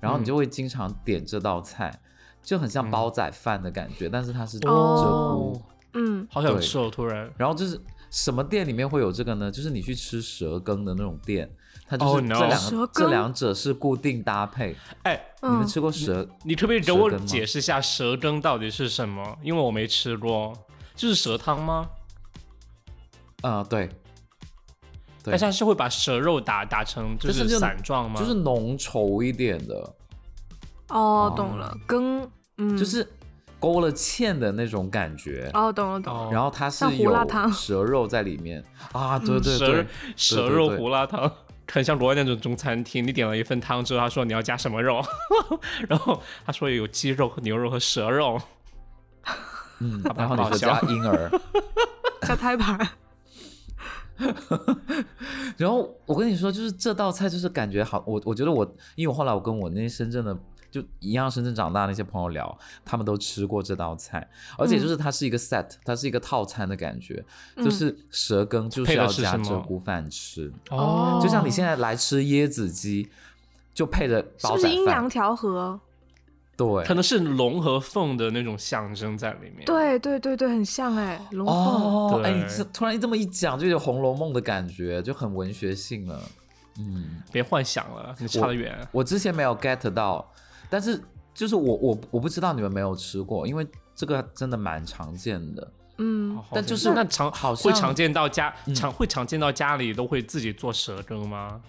Speaker 2: 然后你
Speaker 1: 嗯
Speaker 2: 就会经常点这道菜，就很像煲仔饭的感觉，但是它是
Speaker 3: 哦
Speaker 2: 鹧鸪。
Speaker 3: 嗯，
Speaker 1: 好想吃哦，突然。
Speaker 2: 然后就是什么店里面会有这个呢？就是你去吃蛇羹的那种店，它就
Speaker 1: Oh
Speaker 2: 是
Speaker 1: no
Speaker 2: 这两、
Speaker 3: 蛇
Speaker 2: 个
Speaker 3: 羹
Speaker 2: 这两者是固定搭配。
Speaker 1: 哎，
Speaker 2: 你
Speaker 3: 嗯
Speaker 2: 们，吃过蛇？
Speaker 1: 你可不可以给我
Speaker 2: 蛇羹吗
Speaker 1: 解释一下蛇羹到底是什么？因为我没吃过，就是蛇汤吗？嗯
Speaker 2: 啊、对，对
Speaker 1: 但是它是会把蛇肉打打成就
Speaker 2: 就是
Speaker 1: 是
Speaker 2: 就
Speaker 1: 散状吗？
Speaker 2: 就是浓稠一点的，
Speaker 3: 哦，懂了，羹，嗯，
Speaker 2: 就是勾了芡的那种感觉。
Speaker 3: 哦，懂了懂了，
Speaker 1: 哦
Speaker 2: 然后它是
Speaker 3: 像胡
Speaker 2: 有
Speaker 3: 辣汤嗯
Speaker 2: 蛇肉在里面啊，对对对
Speaker 1: 蛇，蛇肉
Speaker 2: 对
Speaker 1: 胡辣汤，很像国外那种中餐厅。你点了一份汤之后，他说你要加什么肉， [laughs] 然后他说有鸡肉、牛肉和蛇肉。
Speaker 2: 嗯，
Speaker 1: 吧
Speaker 2: 然后你
Speaker 1: 好
Speaker 2: 说加
Speaker 1: 笑
Speaker 2: 婴儿，
Speaker 3: 加胎盘，
Speaker 2: 然后我跟你说，就是这道菜就是感觉好，我我觉得我，因为我后来我跟我那些深圳的就一样深圳长大的那些朋友聊，他们都吃过这道菜，而且
Speaker 3: 嗯
Speaker 2: 就是它是一个 set，、它是一个套餐的感觉，就是蛇羹就是
Speaker 1: 配的
Speaker 2: 要
Speaker 1: 是
Speaker 2: 加
Speaker 1: 什么
Speaker 2: 鹧鸪饭吃，
Speaker 3: 哦
Speaker 2: 就像你现在来吃椰子鸡，就配着
Speaker 3: 是
Speaker 2: 煲
Speaker 3: 不
Speaker 2: 仔
Speaker 3: 是阴阳
Speaker 2: 饭，
Speaker 3: 调和？
Speaker 2: 对，
Speaker 1: 可能是龙和凤的那种象征在里面。，
Speaker 3: 对对对对，很像哎，龙凤，
Speaker 2: 哦，哎，
Speaker 1: 对
Speaker 2: 你这突然这么一讲，就有《红楼梦》的感觉，就很文学性了。
Speaker 1: 别幻想了，你差得远。
Speaker 2: 我之前没有 get 到，但是就是我我我不知道你们没有吃过，因为这个真的蛮常见的。
Speaker 3: 嗯，
Speaker 1: 好好
Speaker 2: 但就是
Speaker 1: 那常
Speaker 2: 好像嗯
Speaker 1: 会常见到家常会常见到家里都会自己做蛇羹吗？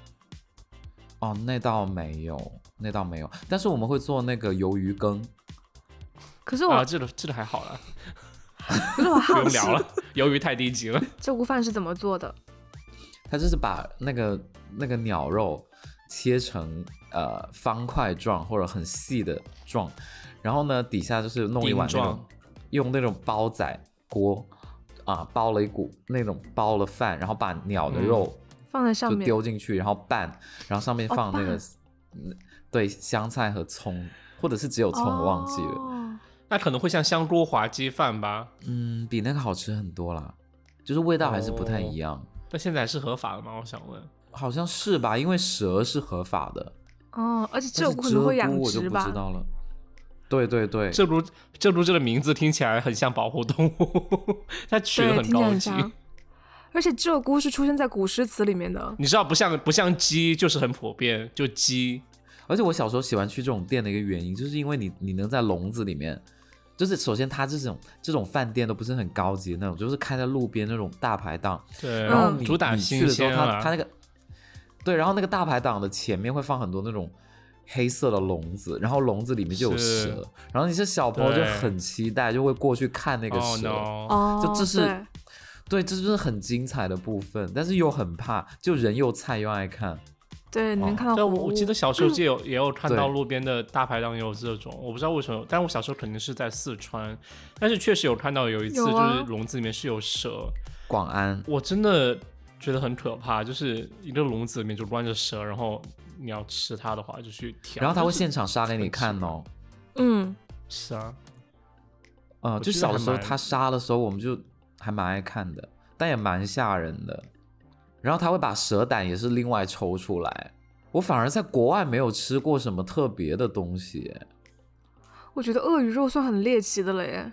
Speaker 2: 哦，那倒没有，那倒没有。但是我们会做那个鱿鱼羹，
Speaker 3: 可是
Speaker 1: 啊，
Speaker 3: 我
Speaker 1: 这个这个还好啦，
Speaker 3: [laughs] 可是我
Speaker 1: 不
Speaker 3: 好
Speaker 1: 用
Speaker 3: 奇
Speaker 1: 聊了，由于太低级了。
Speaker 3: 鹧鸪饭是怎么做的？
Speaker 2: 它就是把那个那个鸟肉切成呃方块状或者很细的状，然后呢底下就是弄一碗那
Speaker 1: 丁
Speaker 2: 种
Speaker 1: 状
Speaker 2: 用那种煲仔锅啊煲了一股那种煲了饭，然后把鸟的
Speaker 1: 嗯
Speaker 2: 肉。
Speaker 3: 放在上
Speaker 2: 就
Speaker 3: 面，
Speaker 2: 丢进去，然后拌，然后上面
Speaker 3: 哦
Speaker 2: 放那个，
Speaker 3: 拌
Speaker 2: 嗯对，香菜和葱，或者是只有葱，我忘记了。
Speaker 3: 了。
Speaker 1: 那可能会像香锅滑鸡饭吧，
Speaker 2: 嗯，比那个好吃很多啦，就是味道还是不太
Speaker 3: 哦
Speaker 2: 一样，
Speaker 1: 但现在还是合法的吗？我想问。
Speaker 2: 好像是吧？因为蛇是合法的，
Speaker 3: 哦，而且
Speaker 2: 但是
Speaker 3: 鹧鸪可能会养
Speaker 2: 鹧鸪我就
Speaker 3: 殖
Speaker 2: 不
Speaker 3: 吧
Speaker 2: 知？道了。对对对，
Speaker 1: 鹧鸪鹧鸪这个名字听起来很像保护动物， [laughs] 它取得
Speaker 3: 对，
Speaker 1: 很
Speaker 3: 听起来
Speaker 1: 高
Speaker 3: 很
Speaker 1: 级。
Speaker 3: 像。啊而且鹧鸪是出现在古诗词里面的，
Speaker 1: 你知道不像不像鸡就是很普遍，就鸡
Speaker 2: 而且我小时候喜欢去这种店的一个原因，就是因为你你能在笼子里面，就是首先它这种这种饭店都不是很高级的那种，就是开在路边那种大排档，
Speaker 1: 对，
Speaker 2: 然
Speaker 3: 嗯
Speaker 2: 后你、
Speaker 1: 嗯主打
Speaker 2: 你去
Speaker 1: 新
Speaker 2: 的时候，
Speaker 1: 鲜
Speaker 2: 它
Speaker 1: 啊
Speaker 2: 它。那个对，然后那个大排档的前面会放很多那种黑色的笼子，然后笼子里面就有
Speaker 1: 是
Speaker 2: 蛇，然后你是小朋友就
Speaker 1: 对
Speaker 2: 很期待，就会过去看那个
Speaker 1: 哦、
Speaker 2: 蛇。
Speaker 1: no！
Speaker 3: 哦，
Speaker 2: 就这是
Speaker 3: 对
Speaker 2: 对，这就是很精彩的部分，但是又很怕，就人又菜又爱看。
Speaker 3: 对，你能
Speaker 2: 哦
Speaker 3: 看到
Speaker 1: 但
Speaker 3: 活
Speaker 1: 我
Speaker 3: 物
Speaker 1: 我记得小时候就有、
Speaker 3: 嗯
Speaker 1: 也有看到
Speaker 2: 对
Speaker 1: 路边的大排档也有这种，我不知道为什么，但我小时候肯定是在四川，但是确实有看到有一次
Speaker 3: 有
Speaker 1: 就
Speaker 3: 啊
Speaker 1: 是笼子里面是有蛇，
Speaker 2: 广安
Speaker 1: 我真的觉得很可怕，就是一个笼子里面就关着蛇，然后你要吃它的话就去挑，
Speaker 2: 然后他会
Speaker 1: 就是
Speaker 2: 现场杀给你看哦。
Speaker 3: 嗯，
Speaker 1: 是啊，
Speaker 2: 嗯，就
Speaker 1: 觉得
Speaker 2: 小的
Speaker 1: 还
Speaker 2: 时候
Speaker 1: 蛮
Speaker 2: 他杀的时候，我们就还蛮爱看的，但也蛮吓人的。然后他会把蛇胆也是另外抽出来。我反而在国外没有吃过什么特别的东西，
Speaker 3: 我觉得鳄鱼肉算很猎奇的了耶。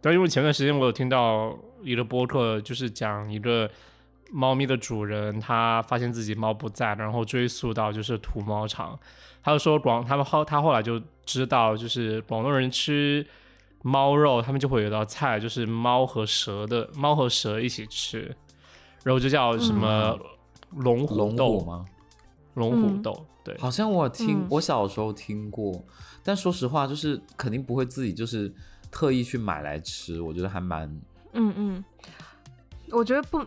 Speaker 1: 但因为前段时间我有听到一个播客，就是讲一个猫咪的主人，他发现自己猫不在，然后追溯到就是呃屠猫场，他就说广他们后他后来就知道，就是广东人吃猫肉，他们就会有一道菜，就是猫和蛇的猫和蛇一起吃，然后就叫什么龙虎
Speaker 2: 龙
Speaker 1: 斗
Speaker 2: 虎？吗？
Speaker 1: 龙虎斗，对，
Speaker 2: 好像我听、
Speaker 3: 嗯
Speaker 2: 我小时候听过，但说实话，就是肯定不会自己就是特意去买来吃，我觉得还蛮
Speaker 3: 嗯嗯，我觉得不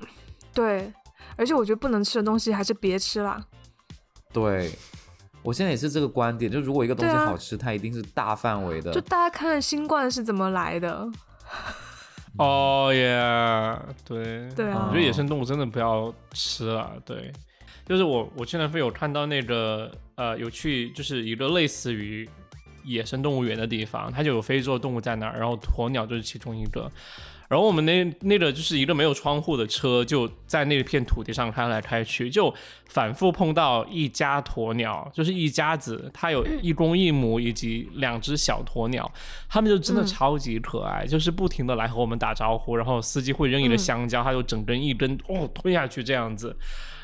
Speaker 3: 对，而且我觉得不能吃的东西还是别吃啦。
Speaker 2: 对。我现在也是这个观点，就如果一个东西
Speaker 3: 对啊
Speaker 2: 好吃，它一定是大范围的
Speaker 3: 就，大家看新冠是怎么来的，
Speaker 1: 哦耶，对，
Speaker 3: 对
Speaker 1: 我
Speaker 3: 啊
Speaker 1: 觉得野生动物真的不要吃了，对。就是我，我去南非有看到那个，呃，有去就是一个类似于野生动物园的地方，它就有非洲的动物在那儿，然后鸵鸟就是其中一个。然后我们那那个就是一个没有窗户的车，就在那片土地上开来开去，就反复碰到一家鸵鸟，就是一家子，它有一公一母以及两只小鸵鸟，它们就真的
Speaker 3: 嗯
Speaker 1: 超级可爱，就是不停的来和我们打招呼，然后司机会扔一个香蕉，它就整根一根哦吞下去这样子，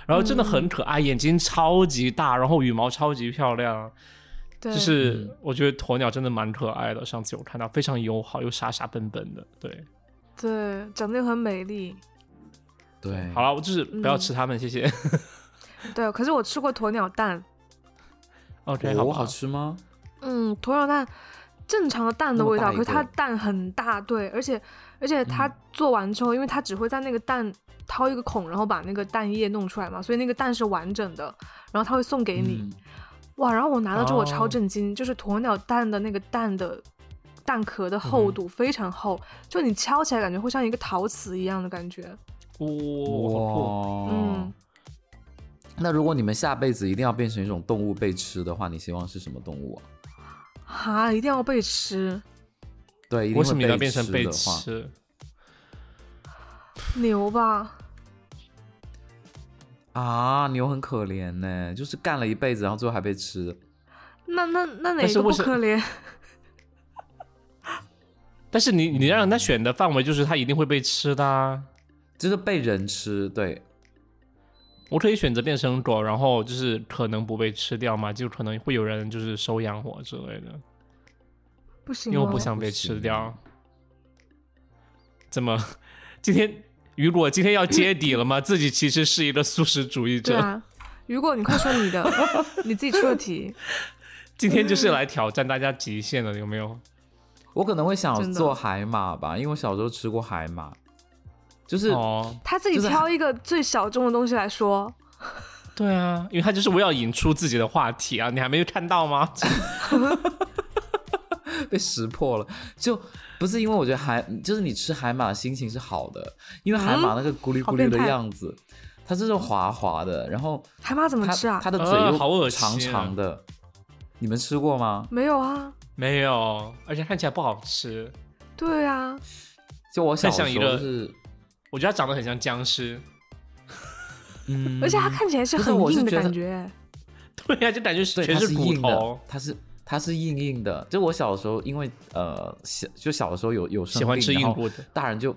Speaker 1: 然后真的很可爱，眼睛超级大，然后羽毛超级漂亮，
Speaker 3: 对，
Speaker 1: 就是我觉得鸵鸟真的蛮可爱的，上次有看到非常友好又傻傻笨笨的，对。
Speaker 3: 对，长得又很美丽。
Speaker 2: 对，
Speaker 1: 好了，我就是不要吃它们，谢谢。
Speaker 3: 对，可是我吃过鸵鸟蛋，
Speaker 1: OK，
Speaker 2: 哦
Speaker 1: 吧
Speaker 2: 好。吃吗？
Speaker 3: 嗯，鸵鸟蛋正常的蛋的味道，
Speaker 2: 那么大一个
Speaker 3: 可
Speaker 2: 嗯
Speaker 3: 是它蛋很大，对，而且而且它做完之后，因为它只会在那个蛋掏一个孔，然后把那个蛋液弄出来嘛，所以那个蛋是完整的，然后它会送给你。
Speaker 2: 嗯
Speaker 3: 哇，然后我拿到之后我超
Speaker 1: 哦
Speaker 3: 震惊，就是鸵鸟蛋的那个蛋的蛋壳的厚度非常厚，就你敲起来感觉会像一个陶瓷一样的感觉。
Speaker 1: 哇，
Speaker 2: 哦
Speaker 3: 嗯，
Speaker 2: 那如果你们下辈子一定要变成一种动物被吃的话，你希望是什么动物啊？
Speaker 3: 哈，一定要被吃
Speaker 2: 对，一定
Speaker 1: 为什么一
Speaker 2: 会
Speaker 1: 定要变成
Speaker 2: 被
Speaker 1: 被
Speaker 2: 的话，
Speaker 1: 吃？
Speaker 3: 牛吧？
Speaker 2: 啊，牛很可怜呢，就是干了一辈子，然后最后还被吃。
Speaker 3: 那那那哪
Speaker 1: 但是
Speaker 3: 个
Speaker 1: 为
Speaker 3: 不
Speaker 1: 什
Speaker 3: 可怜？
Speaker 1: 但是你你让他选的范围就是他一定会被吃的、啊。
Speaker 2: 就是被人吃，对，
Speaker 1: 我可以选择变成狗，然后就是可能不被吃掉嘛，就可能会有人就是收养我之类
Speaker 3: 嗯
Speaker 1: 的，
Speaker 3: 不行啊
Speaker 1: 因
Speaker 3: 吗，
Speaker 1: 为我不想被吃掉。怎么？今天雨果今天要揭底了吗？自己其实是一个素食主义
Speaker 3: 对
Speaker 1: 者，
Speaker 3: 啊，如果你快说你的，你自己出的题。
Speaker 1: 今天就是来挑战大家极限的，有没有？
Speaker 2: 我可能会想
Speaker 3: 真的
Speaker 2: 做海马吧，因为我小时候吃过海马，就是、
Speaker 1: 哦，
Speaker 3: 他自己
Speaker 2: 就是
Speaker 3: 挑一个最小众的东西来说，
Speaker 1: 对啊，因为他就是我要引出自己的话题啊，你还没有看到吗？
Speaker 2: [laughs] 被识破了，就不是因为我觉得海，就是你吃海马的心情是好的，因为海马那个咕噜咕噜
Speaker 3: 嗯好变
Speaker 2: 的
Speaker 3: 态
Speaker 2: 样子，它就是滑滑的，然后
Speaker 3: 海马怎么
Speaker 2: 它
Speaker 3: 吃啊？
Speaker 2: 它的
Speaker 1: 呃
Speaker 2: 嘴
Speaker 1: 好恶
Speaker 2: 又
Speaker 1: 心啊
Speaker 2: 长长的，你们吃过吗？
Speaker 3: 没有啊，
Speaker 1: [laughs] 没有，而且看起来不好吃。
Speaker 3: 对啊，
Speaker 2: 就我小时
Speaker 1: 像
Speaker 2: 候
Speaker 1: 一个
Speaker 2: 是，
Speaker 1: 我觉得它长得很像僵尸。
Speaker 2: 嗯，
Speaker 3: 而且它看起来是
Speaker 2: 不是
Speaker 3: 很
Speaker 2: 我是
Speaker 3: 硬的
Speaker 2: 觉得
Speaker 3: 感觉。
Speaker 1: [laughs] 对啊呀、就感觉
Speaker 2: 对，
Speaker 1: 全
Speaker 2: 它是
Speaker 1: 骨
Speaker 2: 硬的
Speaker 1: 头。，
Speaker 2: 它是它是硬硬的。就我小时候，因为呃小就小的时候有有生
Speaker 1: 喜欢
Speaker 2: 病
Speaker 1: 吃
Speaker 2: 然
Speaker 1: 硬
Speaker 2: 后
Speaker 1: 骨的，
Speaker 2: 大人就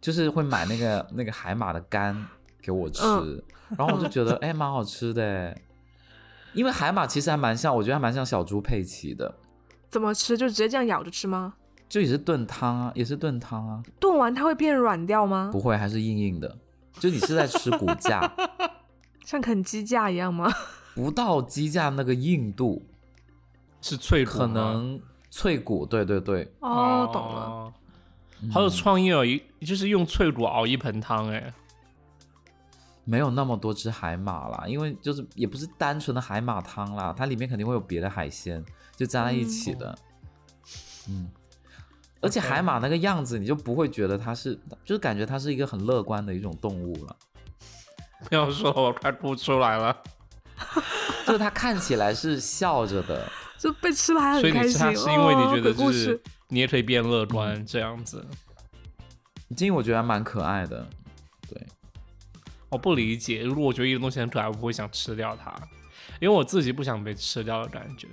Speaker 2: 就是会买
Speaker 1: [laughs]
Speaker 2: 那个那个海马的肝给我吃，
Speaker 3: 嗯
Speaker 2: 然后我就觉
Speaker 3: [laughs]
Speaker 2: 得哎蛮好吃的，因为海马其实还蛮像，我觉得还蛮像小猪佩奇的，
Speaker 3: 怎么吃？就直接这样咬着吃吗？
Speaker 2: 就也是炖汤啊，也是炖汤啊，
Speaker 3: 炖完它会变软掉吗
Speaker 2: 不？会还是硬硬的，就你是在吃骨
Speaker 3: [laughs]
Speaker 2: 架，
Speaker 3: 像啃鸡架一样 [laughs] 吗？
Speaker 2: 不到鸡架那个硬度，
Speaker 1: 是脆骨吗
Speaker 2: 可能脆骨，对对对，
Speaker 3: 哦，懂了。。
Speaker 1: 好有创意哦，一就是用脆骨熬一盆汤，哎，
Speaker 2: 没有那么多只海马啦，因为就是也不是单纯的海马汤啦，它里面肯定会有别的海鲜，就加在一起的。嗯，而且
Speaker 1: OK
Speaker 2: 海马那个样子，你就不会觉得它是，就是感觉它是一个很乐观的一种动物了，
Speaker 1: 不要说了，我快哭出来了。
Speaker 2: 就是它看起来是笑着的。
Speaker 3: 就被吃了还
Speaker 1: 所
Speaker 3: 很
Speaker 1: 以
Speaker 3: 开
Speaker 1: 你吃
Speaker 3: 心。
Speaker 1: 它是因为你觉
Speaker 3: 哦鬼
Speaker 1: 得就
Speaker 3: 故
Speaker 1: 是
Speaker 3: 事
Speaker 1: 你也可以变乐观这样子。
Speaker 2: 因为我觉得还蛮可爱的，对，
Speaker 1: 我哦不理解，如果我觉得一个东西很可爱，我不会想吃掉它，因为我自己不想被吃掉的感觉。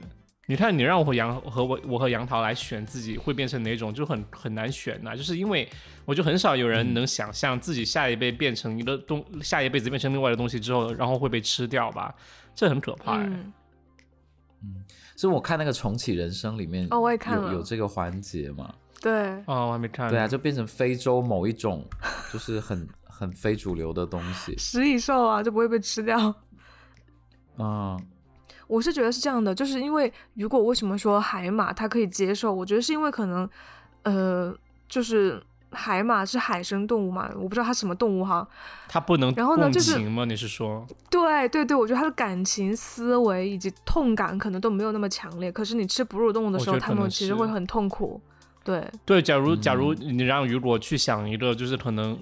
Speaker 1: 你看，你让我和杨和我我和杨桃来选自己会变成哪种，就很很难选呐、就是因为我就很少有
Speaker 2: 嗯
Speaker 1: 人能想象自己下一辈变成一个东，下一辈子变成另外的东西之后，然后会被吃掉吧，这很可怕、欸。
Speaker 3: 嗯，
Speaker 2: 所以我看那个重启人生里面，
Speaker 3: 哦我也看了嗯
Speaker 2: 有有这个环节嘛，
Speaker 3: 对，
Speaker 1: 哦，我还没看呢。
Speaker 2: 对啊，就变成非洲某一种，就是很很非主流的东西。
Speaker 3: 食蚁兽啊，就不会被吃掉。
Speaker 1: 啊
Speaker 2: 嗯，
Speaker 3: 我是觉得是这样的，就是因为如果为什么说海马它可以接受，我觉得是因为可能，呃，就是海马是海生动物嘛，我不知道它什么动物哈。
Speaker 1: 他不能
Speaker 3: 然后呢
Speaker 1: 共
Speaker 3: 就是
Speaker 1: 情吗？你是说
Speaker 3: 对对对，我觉得它的感情、思维以及痛感可能都没有那么强烈，可是你吃哺乳动物的时
Speaker 1: 我觉得
Speaker 3: 候，它
Speaker 1: 可能
Speaker 3: 们其实
Speaker 1: 是
Speaker 3: 会很痛苦。对，
Speaker 1: 对？假如假如
Speaker 2: 嗯
Speaker 1: 你让雨果去想一个，就是可能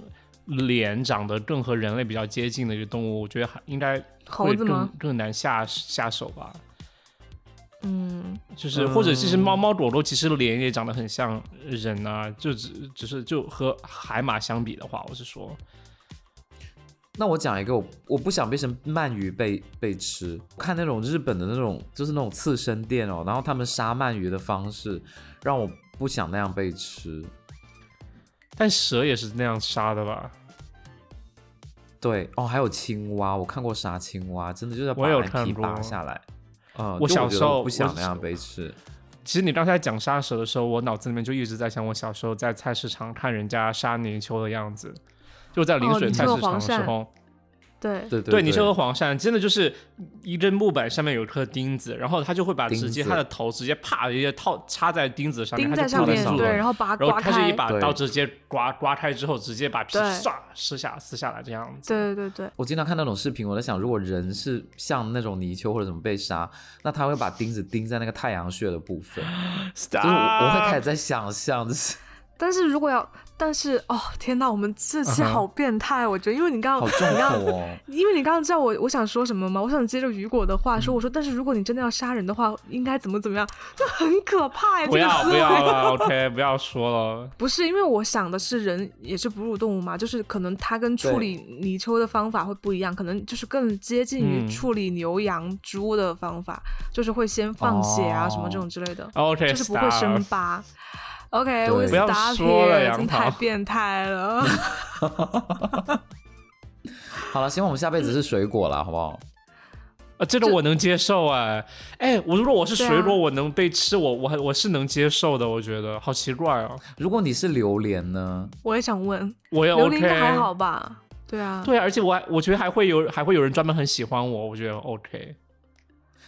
Speaker 1: 脸长得更和人类比较接近的一个动物，我觉得还应该
Speaker 3: 猴
Speaker 1: 会
Speaker 3: 子吗
Speaker 1: 更？更难下下手吧。
Speaker 3: 嗯，
Speaker 1: 就是或者其实猫猫狗狗其实脸也长得很像人啊，就只只是就和海马相比的话，我是说，
Speaker 2: 那我讲一个，我我不想变成鳗鱼被被吃。看那种日本的那种，就是那种刺身店哦，然后他们杀鳗鱼的方式，让我不想那样被吃。
Speaker 1: 但蛇也是那样杀的吧？
Speaker 2: 对哦，还有青蛙，我看过杀青蛙，真的就是要把
Speaker 1: 我有
Speaker 2: 那皮
Speaker 1: 看过
Speaker 2: 扒下来。嗯，
Speaker 1: 我
Speaker 2: 就
Speaker 1: 小
Speaker 2: 觉得
Speaker 1: 时候
Speaker 2: 我不想
Speaker 1: 我
Speaker 2: 那样被吃。
Speaker 1: 其实你刚才讲杀蛇的时候，我脑子里面就一直在想我小时候在菜市场看人家杀泥鳅的样子，就在陵
Speaker 3: 哦
Speaker 1: 水
Speaker 3: 你
Speaker 1: 菜
Speaker 3: 说
Speaker 1: 市场
Speaker 3: 黄
Speaker 1: 的时
Speaker 3: 鳝
Speaker 1: 候。
Speaker 3: 对，
Speaker 2: 对对
Speaker 1: 对，你说的黄鳝真的就是一根木板上面有一颗钉子，然后它就会把
Speaker 2: 钉
Speaker 1: 直接
Speaker 2: 子
Speaker 1: 它的头直接啪直接套插在钉子上面，它
Speaker 3: 钉在
Speaker 1: 就
Speaker 3: 上
Speaker 1: 不能
Speaker 3: 面，
Speaker 1: 动
Speaker 3: 对，
Speaker 1: 了
Speaker 3: 然后把它
Speaker 1: 然
Speaker 3: 刮
Speaker 1: 后它是
Speaker 3: 开
Speaker 1: 一。把
Speaker 2: 对
Speaker 1: 刀直接刮刮开之后，直接把皮
Speaker 3: 对
Speaker 1: 唰撕下撕下来这样子。
Speaker 3: 对对对对，
Speaker 2: 我经常看那种视频，我在想，如果人是像那种泥鳅或者什么被杀，那他会把钉子钉在那个太阳穴的部
Speaker 1: [laughs]
Speaker 2: 分，就是我我会开始
Speaker 1: Stop！
Speaker 2: 在想象，就是
Speaker 3: 但是如果要，但是哦，天呐，我们这期
Speaker 1: 嗯哼
Speaker 3: 好变态，我觉得，因为你刚
Speaker 2: 好
Speaker 3: 刚
Speaker 2: 重
Speaker 3: 你刚
Speaker 2: 口哦。
Speaker 3: 因为你刚刚知道我我想说什么吗？我想接着雨果的话
Speaker 1: 嗯
Speaker 3: 说，我说，但是如果你真的要杀人的话，应该怎么怎么样？这很可怕呀！
Speaker 1: 不
Speaker 3: 这个
Speaker 1: 要
Speaker 3: 思维
Speaker 1: 不要了，OK，不要说了。
Speaker 3: 不是因为我想的是人也是哺乳动物嘛，就是可能它跟处理泥鳅的方法会不一样，可能就是更接近于
Speaker 1: 嗯
Speaker 3: 处理牛羊猪的方法，就是会先放血啊、
Speaker 2: 哦
Speaker 3: 什么这种之类的，
Speaker 1: OK，
Speaker 3: 就是不会
Speaker 1: stop
Speaker 3: 生疤。OK，我
Speaker 2: 不
Speaker 1: 要
Speaker 3: stop
Speaker 1: 说了
Speaker 3: here，
Speaker 1: 杨
Speaker 3: 真太
Speaker 1: 桃
Speaker 3: 变
Speaker 1: [laughs]
Speaker 3: 态了。
Speaker 2: 好了，希望我们下辈子是水果
Speaker 1: 嗯
Speaker 2: 啦，好不好？
Speaker 1: 啊，这个我能接受哎，哎，我如果我是
Speaker 3: 对啊
Speaker 1: 水果，我能被吃，我我还我是能接受的，我觉得好奇怪哦。
Speaker 2: 如果你是榴莲呢？
Speaker 3: 我也
Speaker 1: [laughs]
Speaker 3: 想问，
Speaker 1: 我也
Speaker 3: 榴
Speaker 1: OK，
Speaker 3: 莲应该还好吧？对啊，
Speaker 1: 对啊，而且我还我觉得还会有还会有人专门很喜欢我，我觉得 OK，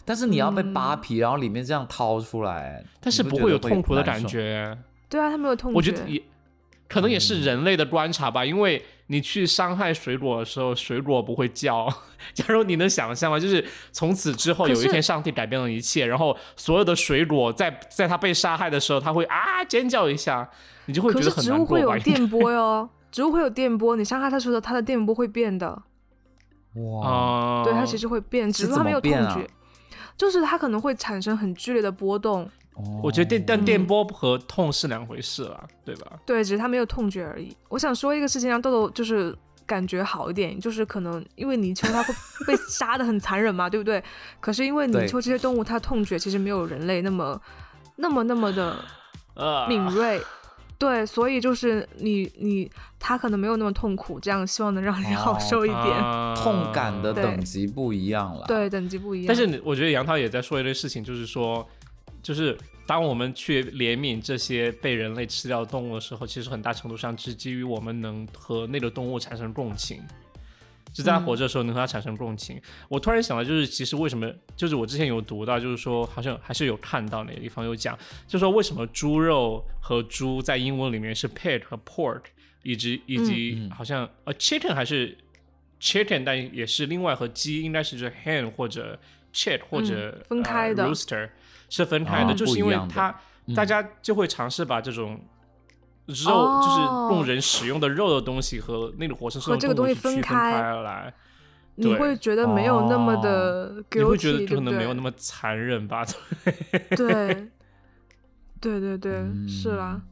Speaker 2: 但是你要被扒皮，然后里面这样掏出来，
Speaker 1: 但是
Speaker 2: 你
Speaker 1: 不
Speaker 2: 觉得
Speaker 1: 会
Speaker 2: 会
Speaker 1: 有痛苦的感
Speaker 2: 难受。
Speaker 1: 觉。
Speaker 3: 对啊，它没有痛觉。
Speaker 1: 我觉得也可能也
Speaker 2: 嗯
Speaker 1: 是人类的观察吧，因为你去伤害水果的时候，水果不会叫。 [laughs] 假如你能想象吗？就是从此之后
Speaker 3: 可
Speaker 1: 有一
Speaker 3: 是
Speaker 1: 天，上帝改变了一切，然后所有的水果在在它被杀害的时候，它会啊尖叫一下，你就会
Speaker 3: 可
Speaker 1: 觉得
Speaker 3: 是
Speaker 1: 很
Speaker 3: 植
Speaker 1: 难
Speaker 3: 物
Speaker 1: 过
Speaker 3: 会有
Speaker 1: 吧？ [laughs]
Speaker 3: 电波哟，植物会有电波，你伤害它的时候，它的电波会变的，
Speaker 2: 哇，
Speaker 1: 啊，
Speaker 3: 对，它其实会变，
Speaker 2: 是
Speaker 3: 只是它
Speaker 2: 怎
Speaker 3: 没
Speaker 2: 么
Speaker 3: 有痛
Speaker 2: 变啊
Speaker 3: 觉，就是它可能会产生很剧烈的波动，
Speaker 2: 哦
Speaker 1: 我觉得电但电
Speaker 3: 嗯
Speaker 1: 波和痛是两回事了，对吧？
Speaker 3: 对，只是它没有痛觉而已。我想说一个事情，让豆豆就是。感觉好一点，就是可能因为泥鳅
Speaker 1: [laughs]
Speaker 3: 它会被杀的很残忍嘛，对不对？可是因为泥
Speaker 2: 对
Speaker 3: 鳅这些动物，它痛觉其实没有人类那么、那么、那么的
Speaker 1: 呃，
Speaker 3: 敏锐，对，所以就是你你它可能没有那么痛苦，这样希望能让你好
Speaker 2: 哦
Speaker 3: 受一点。
Speaker 1: 啊
Speaker 2: 痛感的
Speaker 3: 对
Speaker 2: 等级不一样了。
Speaker 3: 对，等级不一样。
Speaker 1: 但是你我觉得杨涛也在说一类事情，就是说，就是当我们去怜悯这些被人类吃掉的动物的时候，其实很大程度上是基于我们能和那个动物产生共情。就在它活着的时候能和它产生共情。我突然想到，就是其实为什么，就是我之前有读到，就是说好像还是有看到哪个地方有讲，就是说为什么猪肉和猪在英文里面是 pig 和 pork，以及以
Speaker 2: 嗯
Speaker 1: 及好像呃 chicken 还是 chicken，但也是另外和鸡应该是就是 hen 或者 chick 或者、
Speaker 3: 嗯分开的
Speaker 1: 呃、rooster 是分开的，
Speaker 2: 哦
Speaker 1: 就是因为
Speaker 2: 不一样的
Speaker 1: 它、
Speaker 2: 嗯
Speaker 1: 大家就会尝试把这种。肉、就是供人食用的肉的东西和那个活生生
Speaker 3: 哦和这
Speaker 1: 的
Speaker 3: 个
Speaker 1: 动物
Speaker 3: 东
Speaker 1: 去
Speaker 3: 西
Speaker 1: 区分
Speaker 3: 分开
Speaker 1: 开来，
Speaker 3: 你
Speaker 1: 对哦
Speaker 3: 会觉得没有那么的 guilty，、
Speaker 1: 你会觉得
Speaker 3: 对
Speaker 1: 可
Speaker 3: 不
Speaker 1: 能
Speaker 3: 对
Speaker 1: 没有那么残忍吧？ [laughs]
Speaker 3: 对，对对对，是啦。
Speaker 1: 嗯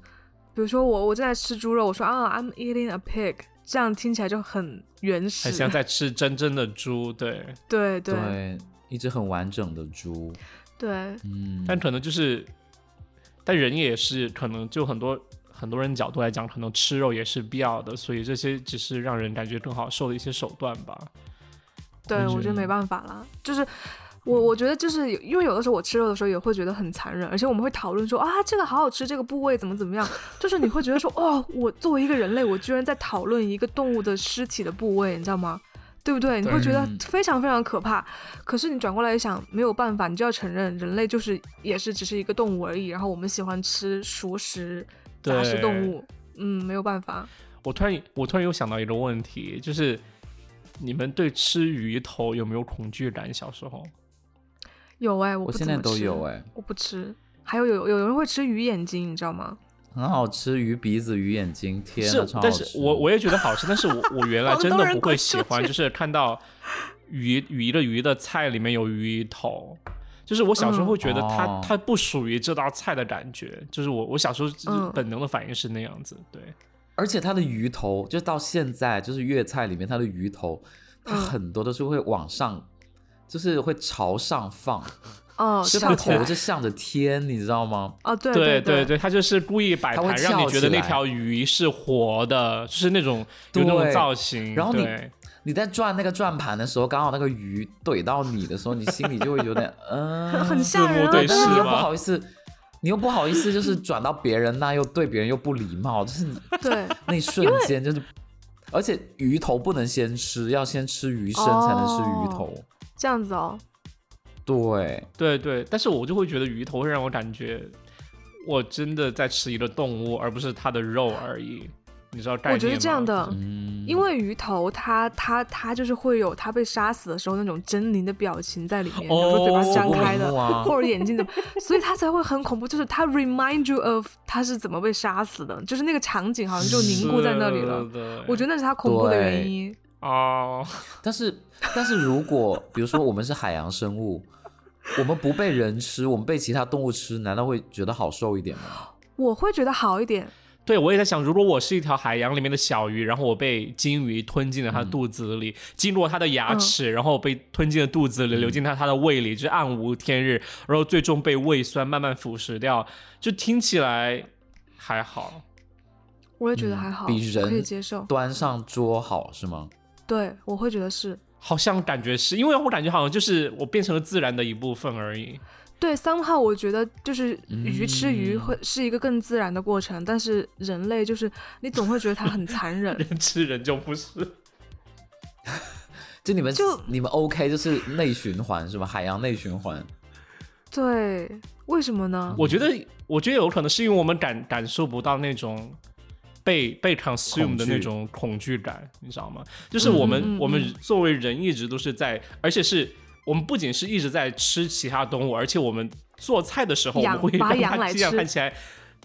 Speaker 3: 比如说我我正在吃猪肉，我说啊，I'm eating a pig，这样听起来就很原始，
Speaker 1: 很像在吃真正的猪，对。
Speaker 3: 对对
Speaker 2: 对，一只很完整的猪。
Speaker 3: 对
Speaker 2: 嗯，
Speaker 1: 但可能就是，但人也是可能就很多很多人角度来讲，可能吃肉也是必要的，所以这些只是让人感觉更好受的一些手段吧。
Speaker 3: 对，
Speaker 2: 嗯
Speaker 3: 我觉得没办法啦，就是我我觉得就是有因为有的时候我吃肉的时候也会觉得很残忍，而且我们会讨论说啊这个好好吃，这个部位怎么怎么样，就是你会觉得说哦，我作为一个人类，我居然在讨论一个动物的尸体的部位，你知道吗？对不对？你会觉得非常非常可怕。可是你转过来一想，没有办法，你就要承认人类就是也是只是一个动物而已。然后我们喜欢吃熟食、杂食
Speaker 1: 对
Speaker 3: 动物，嗯，没有办法。
Speaker 1: 我突然我突然又想到一个问题，就是你们对吃鱼头有没有恐惧感？小时候
Speaker 3: 有哎、我
Speaker 2: 我
Speaker 3: 不
Speaker 2: 现
Speaker 3: 怎
Speaker 2: 在
Speaker 3: 么
Speaker 2: 都
Speaker 3: 吃
Speaker 2: 有哎、
Speaker 3: 我不吃。还有有有人会吃鱼眼睛，你知道吗？
Speaker 2: 很好吃，鱼鼻子、鱼眼睛，天
Speaker 1: 是
Speaker 2: 呐，超好
Speaker 1: 但
Speaker 2: 吃。
Speaker 1: 是我我也觉得好吃，但是
Speaker 2: [laughs]
Speaker 1: 我我原来真
Speaker 3: 广东
Speaker 1: 的
Speaker 3: 人
Speaker 1: 不会
Speaker 3: 滚
Speaker 1: 喜
Speaker 3: 出
Speaker 1: 欢，
Speaker 3: 去
Speaker 1: 就是看到鱼鱼的鱼的菜里面有鱼头。就是我小时候
Speaker 3: 嗯
Speaker 1: 会觉得它、
Speaker 2: 哦
Speaker 1: 它不属于这道菜的感觉，就是我我小时候就是
Speaker 3: 嗯
Speaker 1: 本能的反应是那样子，对，
Speaker 2: 而且它的鱼头，就到现在就是粤菜里面它的鱼头，它
Speaker 3: 嗯
Speaker 2: 很多都是会往上，就是会朝上放，
Speaker 3: 哦，
Speaker 2: 就它的
Speaker 3: 翘起
Speaker 2: 头
Speaker 1: 啊
Speaker 3: 来
Speaker 2: 就向着天，你知道吗？
Speaker 3: 哦，对
Speaker 1: 对
Speaker 3: 对
Speaker 1: 对，他就是故意摆
Speaker 2: 它会
Speaker 1: 盘，让你
Speaker 2: 翘
Speaker 1: 觉得
Speaker 2: 起
Speaker 1: 那
Speaker 2: 来
Speaker 1: 条鱼是活的，就是那种有那种
Speaker 2: 对
Speaker 1: 造型。
Speaker 2: 然后你
Speaker 1: 对
Speaker 2: 你在转那个转盘的时候，刚好那个鱼怼到你的时候，你心里就会
Speaker 1: [laughs]
Speaker 2: 有点嗯，
Speaker 3: 很吓
Speaker 1: 字幕
Speaker 3: 人啊！
Speaker 1: 对
Speaker 2: 但是你
Speaker 1: 是
Speaker 2: 又
Speaker 1: 吗
Speaker 2: 不好意思，你又不好意思，就是转到别人那，又对别人又不礼貌，就是你
Speaker 3: 对，
Speaker 2: 那一瞬间就是，而且鱼头不能先吃，要先吃鱼身才能吃鱼头。
Speaker 3: 这样子哦，
Speaker 2: 对，
Speaker 1: 对对，但是我就会觉得鱼头会让我感觉我真的在吃一个动物，而不是它的肉而已。你知道概念
Speaker 3: 我觉得
Speaker 1: 吗
Speaker 3: 这样，的，
Speaker 2: 嗯，
Speaker 3: 因为鱼头它它它就是会有它被杀死的时候那种狰狞的表情在里面，比如说嘴巴是张开的， [laughs]
Speaker 2: 哦啊
Speaker 3: 或者眼睛怎么，所以它才会很恐怖，就是它 remind you of 它是怎么被杀死的，就是那个场景好像就凝固在那里了。
Speaker 1: 了
Speaker 3: 我觉
Speaker 1: 得
Speaker 3: 得那是它恐怖的原
Speaker 2: 对
Speaker 3: 因。
Speaker 1: 哦，
Speaker 2: 但是但是如果比如说我们是海洋生物，我们不被人吃，我们被其他动物吃，难道会觉得好受一点吗？
Speaker 3: 我会觉得好一点，
Speaker 1: 对我也在想，如果我是一条海洋里面的小鱼，然后我被金鱼吞进了它的肚子里，经过它的牙
Speaker 3: 嗯
Speaker 1: 齿，然后被吞进了肚子里，流进它它的胃里，就暗无天日，然后最终被胃酸慢慢腐蚀掉，就听起来还好。
Speaker 3: 我也觉得还好，
Speaker 2: 比人
Speaker 3: 可以接受。
Speaker 2: 端上桌好是吗？
Speaker 3: 对，我会觉得是
Speaker 1: 好像感觉是因为我感觉好像就是我变成了自然的一部分而已。 [laughs]
Speaker 3: 对。somehow 我觉得就是鱼吃鱼
Speaker 2: 嗯
Speaker 3: 会是一个更自然的过程，但是人类就是你总会觉得它很残忍，
Speaker 1: [laughs] 人吃人就不是，
Speaker 2: 就你们
Speaker 3: 就
Speaker 2: 你们 OK 就是内循环是吧？海洋内循环，
Speaker 3: 对，为什么
Speaker 2: 嗯
Speaker 3: 呢？
Speaker 1: 我觉得，我觉得有可能是因为我们感感受不到那种被被 consume
Speaker 2: 恐
Speaker 1: 的
Speaker 2: 惧
Speaker 1: 那种恐惧感，你知道吗？就是我们、
Speaker 3: 嗯嗯嗯
Speaker 1: 我们作为人一直都是在，而且是我们不仅是一直在吃其他动物，而且我们做菜的时候，我
Speaker 3: 养
Speaker 1: 们会
Speaker 3: 把
Speaker 1: 让
Speaker 3: 羊
Speaker 1: 它
Speaker 3: 来
Speaker 1: 这样
Speaker 3: 吃
Speaker 1: 看起来。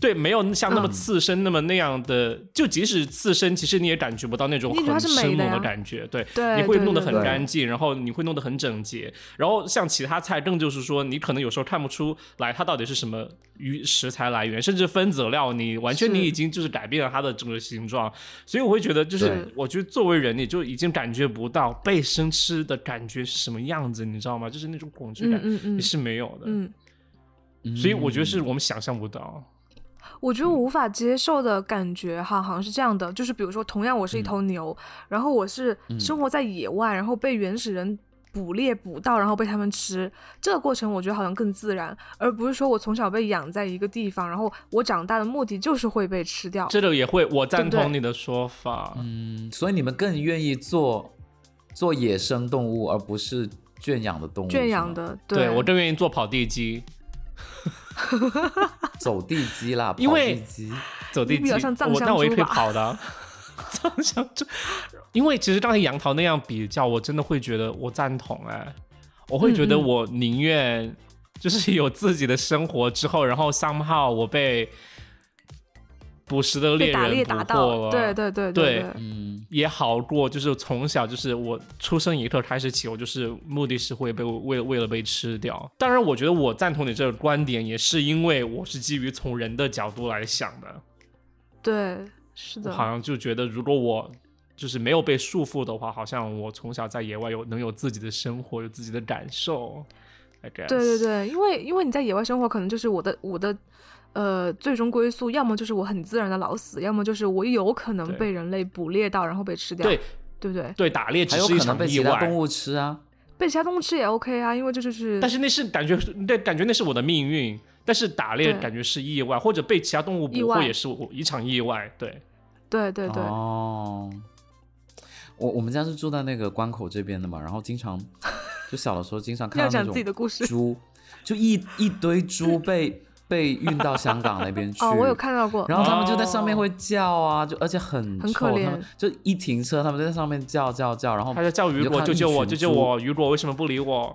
Speaker 1: 对，没有像那么
Speaker 3: 嗯
Speaker 1: 刺身那么那样的，就即使刺身，其实你也感觉不到那种
Speaker 3: 你觉得
Speaker 1: 很
Speaker 3: 它是美
Speaker 1: 生
Speaker 3: 的
Speaker 1: 猛的
Speaker 3: 呀
Speaker 1: 感觉。对，
Speaker 3: 对
Speaker 1: 你会
Speaker 3: 哎对
Speaker 1: 弄得
Speaker 3: 对
Speaker 1: 很
Speaker 2: 对
Speaker 1: 干净，然后你会弄得很整洁。然后像其他菜，更就是说，你可能有时候看不出来它到底是什么鱼食材来源，甚至分子料，你完全
Speaker 3: 是
Speaker 1: 你已经就是改变了它的整个形状。所以我会觉得，就是
Speaker 3: 对
Speaker 1: 我觉得作为人，你就已经感觉不到被生吃的感觉是什么样子，你知道吗？就是那种恐惧
Speaker 3: 嗯
Speaker 1: 感，
Speaker 3: 嗯嗯
Speaker 1: 你是没有的。
Speaker 3: 嗯，
Speaker 1: 所以我觉得
Speaker 2: 嗯
Speaker 1: 是我们想象不到。
Speaker 3: 我觉得我
Speaker 1: 嗯
Speaker 3: 无法接受的感觉哈，好像是这样的，就是比如说，同样我
Speaker 1: 嗯
Speaker 3: 是一头牛，然后我是生活在野外，然后被原始人。捕猎捕到，然后被他们吃，这个过程我觉得好像更自然，而不是说我从小被养在一个地方，然后我长大的目的就是会被吃掉。
Speaker 1: 这个也会，我赞
Speaker 3: 对不对
Speaker 1: 同你的说法。
Speaker 2: 嗯，所以你们更愿意做做野生动物，而不是圈养的动物，
Speaker 3: 圈
Speaker 2: 是
Speaker 3: 养
Speaker 2: 吗
Speaker 3: 的，
Speaker 1: 对我更愿意做跑地鸡，
Speaker 2: 走地鸡啦，
Speaker 1: [laughs] 因为
Speaker 2: 跑地鸡
Speaker 1: 走地
Speaker 3: 你比
Speaker 1: 鸡，
Speaker 3: 较像藏
Speaker 1: 我
Speaker 3: 香
Speaker 1: 那我也可
Speaker 3: 猪
Speaker 1: 以
Speaker 3: 吧
Speaker 1: 跑的啊。 [laughs] 藏香猪，因为其实刚才杨桃那样比较，我真的会觉得我赞同哎、我会觉得
Speaker 3: 嗯嗯
Speaker 1: 我宁愿就是有自己的生活之后，然后 somehow 我被捕食的猎
Speaker 3: 被打
Speaker 1: 人
Speaker 3: 猎
Speaker 1: 捕
Speaker 3: 打
Speaker 1: 获
Speaker 3: 到，
Speaker 1: 了，
Speaker 3: 对对
Speaker 1: 对
Speaker 3: 对对，
Speaker 2: 嗯，
Speaker 1: 也好过，就是从小就是我出生一刻开始起，我就是目的是会被为为了被吃掉。当然，我觉得我赞同你这个观点，也是因为我是基于从人的角度来想的。
Speaker 3: 对是
Speaker 1: 我
Speaker 3: 的，
Speaker 1: 好像就觉得，如果我就是没有被束缚的话，好像我从小在野外有能有自己的生活，有自己的感受。I 哎 guess
Speaker 3: 对对对，因为因为你在野外生活，可能就是我的我的呃最终归宿，要么就是我很自然的老死，要么就是我有可能
Speaker 1: 对
Speaker 3: 被人类捕猎到，然后被吃掉，
Speaker 1: 对
Speaker 3: 对不对？
Speaker 1: 对打猎
Speaker 2: 还
Speaker 1: 只
Speaker 2: 有
Speaker 1: 是一
Speaker 2: 可能
Speaker 1: 场
Speaker 2: 被
Speaker 1: 意
Speaker 2: 其他
Speaker 1: 外
Speaker 2: 动。物吃啊。
Speaker 3: 被其他动物吃也 OK 啊，因为这就是
Speaker 1: 但是那是感觉，对，感觉那是我的命运。但是打猎
Speaker 3: 对
Speaker 1: 感觉是意外，或者被其他动物
Speaker 3: 意
Speaker 1: 捕获
Speaker 3: 外
Speaker 1: 也是我一场意外。对，
Speaker 3: 对对对，
Speaker 2: 哦，我我们家是住在那个关口这边的嘛，然后经
Speaker 3: [laughs]
Speaker 2: 常就小的时候经常
Speaker 3: 要
Speaker 2: 看到
Speaker 3: 讲
Speaker 2: 那
Speaker 3: 自己的
Speaker 2: 种
Speaker 3: 故事
Speaker 2: 猪，就一一堆猪被被运到香港那边去。
Speaker 3: 哦，我有看到过，
Speaker 2: 然后他们就在上面会叫啊，就而且很
Speaker 3: 很可
Speaker 2: 臭他
Speaker 3: 怜
Speaker 2: 们就一停车，他们就在上面叫叫叫，然后
Speaker 1: 他在叫雨
Speaker 2: 哦你就
Speaker 1: 果
Speaker 2: 看
Speaker 1: 救
Speaker 2: 一
Speaker 1: 救我，
Speaker 2: 群
Speaker 1: 救救
Speaker 2: 猪
Speaker 1: 我！雨果为什么不理我？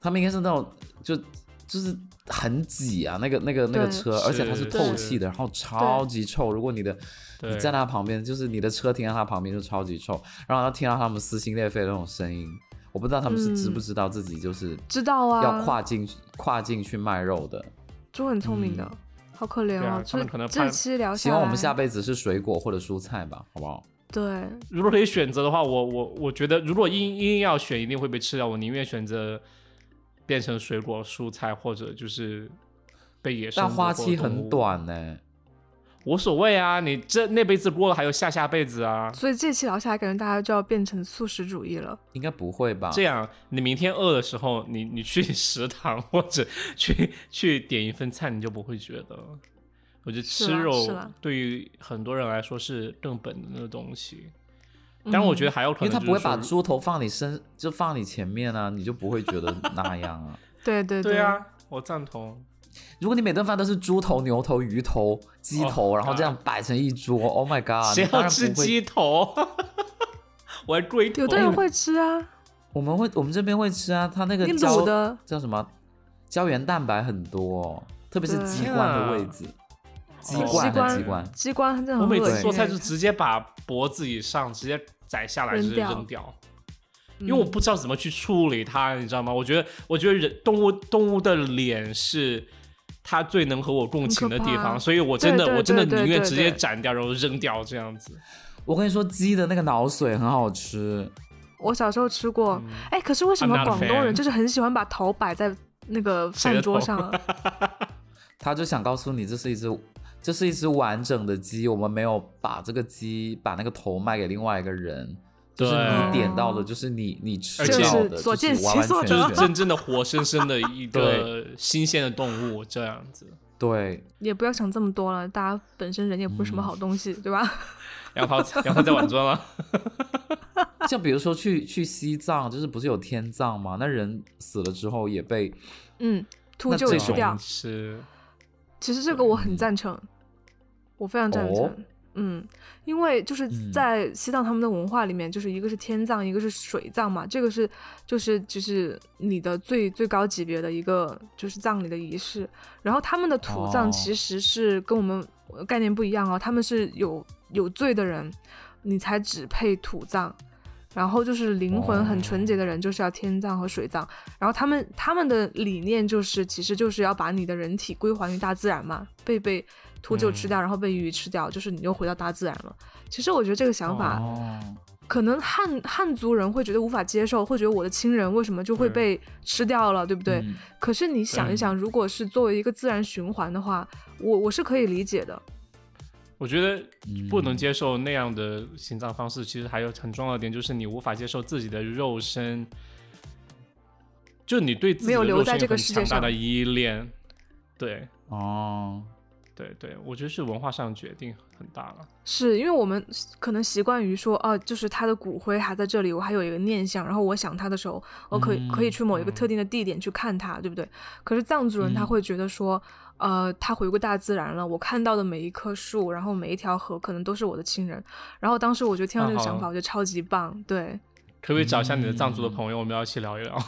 Speaker 2: 他们应该是那种就就是很挤啊，那个那个那个
Speaker 3: 对
Speaker 2: 车，而且它是
Speaker 1: 是
Speaker 2: 透气的，然后超级臭。如果你的
Speaker 1: 对
Speaker 2: 你在它旁边，就是你的车停在它旁边就超级臭，然后要听到他们撕心裂肺的那种声音。我不知道他们是知不知
Speaker 3: 嗯
Speaker 2: 道自己就是
Speaker 3: 知道
Speaker 2: 要
Speaker 3: 啊，
Speaker 2: 跨境、跨境去卖肉的。
Speaker 3: 猪很聪明的，好可怜
Speaker 1: 嗯对啊
Speaker 3: 哦。
Speaker 1: 他
Speaker 3: 这
Speaker 1: 们可能怕
Speaker 3: 这期聊
Speaker 2: 希
Speaker 3: 下来，
Speaker 2: 望我们下辈子是水果或者蔬菜吧，好不好？
Speaker 3: 对
Speaker 1: 如果可以选择的话，我我我觉得，如果硬硬要选，一定会被吃掉。我宁愿选择变成水果、蔬菜，或者就是被野生。
Speaker 2: 但花期很，短呢、
Speaker 1: 无所谓啊。你这那辈子过了，还有下下辈子啊。
Speaker 3: 所以这期聊下来，感觉大家就要变成素食主义了。
Speaker 2: 应该不会吧？
Speaker 1: 这样，你明天饿的时候，你你去食堂或者去去点一份菜，你就不会觉得。我觉得
Speaker 3: 是
Speaker 1: 吃
Speaker 3: 啦
Speaker 1: 肉
Speaker 3: 是啊啦
Speaker 1: 对于很多人来说是更本能的东西，但我觉得还有可
Speaker 2: 嗯因为
Speaker 1: 能
Speaker 2: 他
Speaker 1: 就是
Speaker 2: 不会把
Speaker 1: 说
Speaker 2: 猪头放你身，就放你前面啊，你就不会觉得那样啊。 [laughs]
Speaker 3: 对对
Speaker 1: 对，啊，我赞同。
Speaker 2: 如果你每顿饭都是猪头、牛头、鱼头、鸡头
Speaker 1: Oh my
Speaker 2: 然后这样摆成一桌，Oh my
Speaker 1: [laughs]
Speaker 2: god！
Speaker 1: 谁
Speaker 2: 你当
Speaker 1: 要
Speaker 2: 然不
Speaker 1: 吃
Speaker 2: 会？
Speaker 1: 鸡头？ [laughs] 我还龟头。
Speaker 3: 有的人会吃啊，
Speaker 2: 我们会，我们这边会吃啊，它那个
Speaker 3: 你
Speaker 2: 胶
Speaker 3: 卤的
Speaker 2: 叫什么？胶原蛋白很多、哦，特别是
Speaker 3: 对
Speaker 2: 鸡冠
Speaker 1: 啊
Speaker 2: 的位置，鸡
Speaker 1: 哦
Speaker 2: 冠的
Speaker 3: 鸡
Speaker 2: 鸡冠。
Speaker 3: 鸡冠真的
Speaker 1: 我
Speaker 3: 很
Speaker 1: 每
Speaker 3: 恶
Speaker 1: 次
Speaker 3: 心。
Speaker 1: 做菜就直接把脖子以上直接摘下来，
Speaker 3: 扔
Speaker 1: 直接
Speaker 3: 掉
Speaker 1: 扔掉。因为
Speaker 3: 嗯
Speaker 1: 我不知道怎么去处理它，你知道吗？我觉得，我觉得人动物动物的脸是它最能和我共情的地
Speaker 3: 很可
Speaker 1: 方，
Speaker 3: 怕
Speaker 1: 所以我真的
Speaker 3: 对对
Speaker 1: 我真的
Speaker 3: 对对
Speaker 1: 宁愿
Speaker 3: 对
Speaker 1: 直接
Speaker 3: 对
Speaker 1: 斩掉，然后扔掉这样子。
Speaker 2: 我跟你说，鸡的那个脑髓很好吃，
Speaker 3: 我小时候吃过，哎、可是为什
Speaker 1: 嗯
Speaker 3: 么
Speaker 1: I'm not a
Speaker 3: 广东
Speaker 1: fan
Speaker 3: 人就是很喜欢把头摆在那个
Speaker 1: 谁的
Speaker 3: 饭桌
Speaker 1: 头
Speaker 3: 上啊？
Speaker 2: 他就想告诉你，这是一只，这是一只完整的鸡，我们没有把这个鸡把那个头卖给另外一个人。就是
Speaker 1: 对
Speaker 2: 你点到的，就是你你吃
Speaker 1: 而且
Speaker 2: 到的，
Speaker 3: 哦就
Speaker 2: 就
Speaker 3: 是所见
Speaker 2: 是完完
Speaker 3: 其所
Speaker 2: 全
Speaker 1: 就
Speaker 3: 得
Speaker 1: 是
Speaker 2: 全。
Speaker 1: [laughs] 真正的活生生的
Speaker 2: [laughs]
Speaker 1: 一个新鲜的动物这样子。
Speaker 2: 对，
Speaker 3: 也不要想这么多了，大家本身人也不是
Speaker 1: 嗯
Speaker 3: 什么好东西，对吧？
Speaker 1: 杨涛，杨涛在碗
Speaker 3: [laughs]
Speaker 1: 庄了。
Speaker 2: 像比如说去去西藏，就是不是有天葬吗？那人死了之后也被
Speaker 3: [laughs] 嗯，秃
Speaker 2: 那
Speaker 3: 鹫
Speaker 2: 这
Speaker 3: 也吃
Speaker 2: 种
Speaker 3: 掉。
Speaker 1: 是
Speaker 3: 其实这个我很赞成，我非常赞
Speaker 2: 嗯
Speaker 3: 成。
Speaker 2: 哦
Speaker 3: 嗯，因为就是
Speaker 2: 嗯
Speaker 3: 在西藏他们的文化里面，就是一个是天葬，一个是水葬嘛，这个是就是就是你的最最高级别的一个就是葬礼的仪式。然后他们的土
Speaker 2: 哦
Speaker 3: 葬其实是跟我们概念不一样哦，他们是有有罪的人，你才只配土葬。然后就是灵魂很纯
Speaker 2: 哦
Speaker 3: 洁的人，就是要天葬和水葬。然后他们他们的理念就是，其实就是要把你的人体归还于大自然嘛，被被秃鹫
Speaker 2: 嗯
Speaker 3: 吃掉，然后被鱼吃掉，就是你又回到大自然了。其实我觉得这个想法，
Speaker 2: 哦，
Speaker 3: 可能汉汉族人会觉得无法接受，会觉得我的亲人为什么就会被吃掉了，对不对？
Speaker 2: 嗯
Speaker 3: 可是你想一想，如果是作为一个自然循环的话，我我是可以理解的。
Speaker 1: 我觉得
Speaker 2: 嗯
Speaker 1: 不能接受那样的心脏方式，其实还有很重要的点，就是你无法接受自己的肉身，就你对自己
Speaker 3: 没有
Speaker 1: 的
Speaker 3: 留
Speaker 1: 肉
Speaker 3: 在
Speaker 1: 身
Speaker 3: 这个
Speaker 1: 很
Speaker 3: 世界
Speaker 1: 强大
Speaker 3: 上
Speaker 1: 的依恋。对
Speaker 2: 哦，
Speaker 1: 对对，我觉得是文化上决定很大了。
Speaker 3: 是因为我们可能习惯于说，哦、就是他的骨灰还在这里，我还有一个念想，然后我想他的时候，我可以、可以去某一个特定的地点去看他，对不对？可是藏族人
Speaker 1: 嗯
Speaker 3: 他会觉得说，呃，他回归大自然了，我看到的每一棵树，然后每一条河，可能都是我的亲人。然后当时我就听到这个
Speaker 1: 啊好
Speaker 3: 想法，我觉得超级棒，对，
Speaker 1: 可不可以找一下你的藏
Speaker 2: 嗯
Speaker 1: 族的朋友，我们要一起聊一 [laughs] 聊？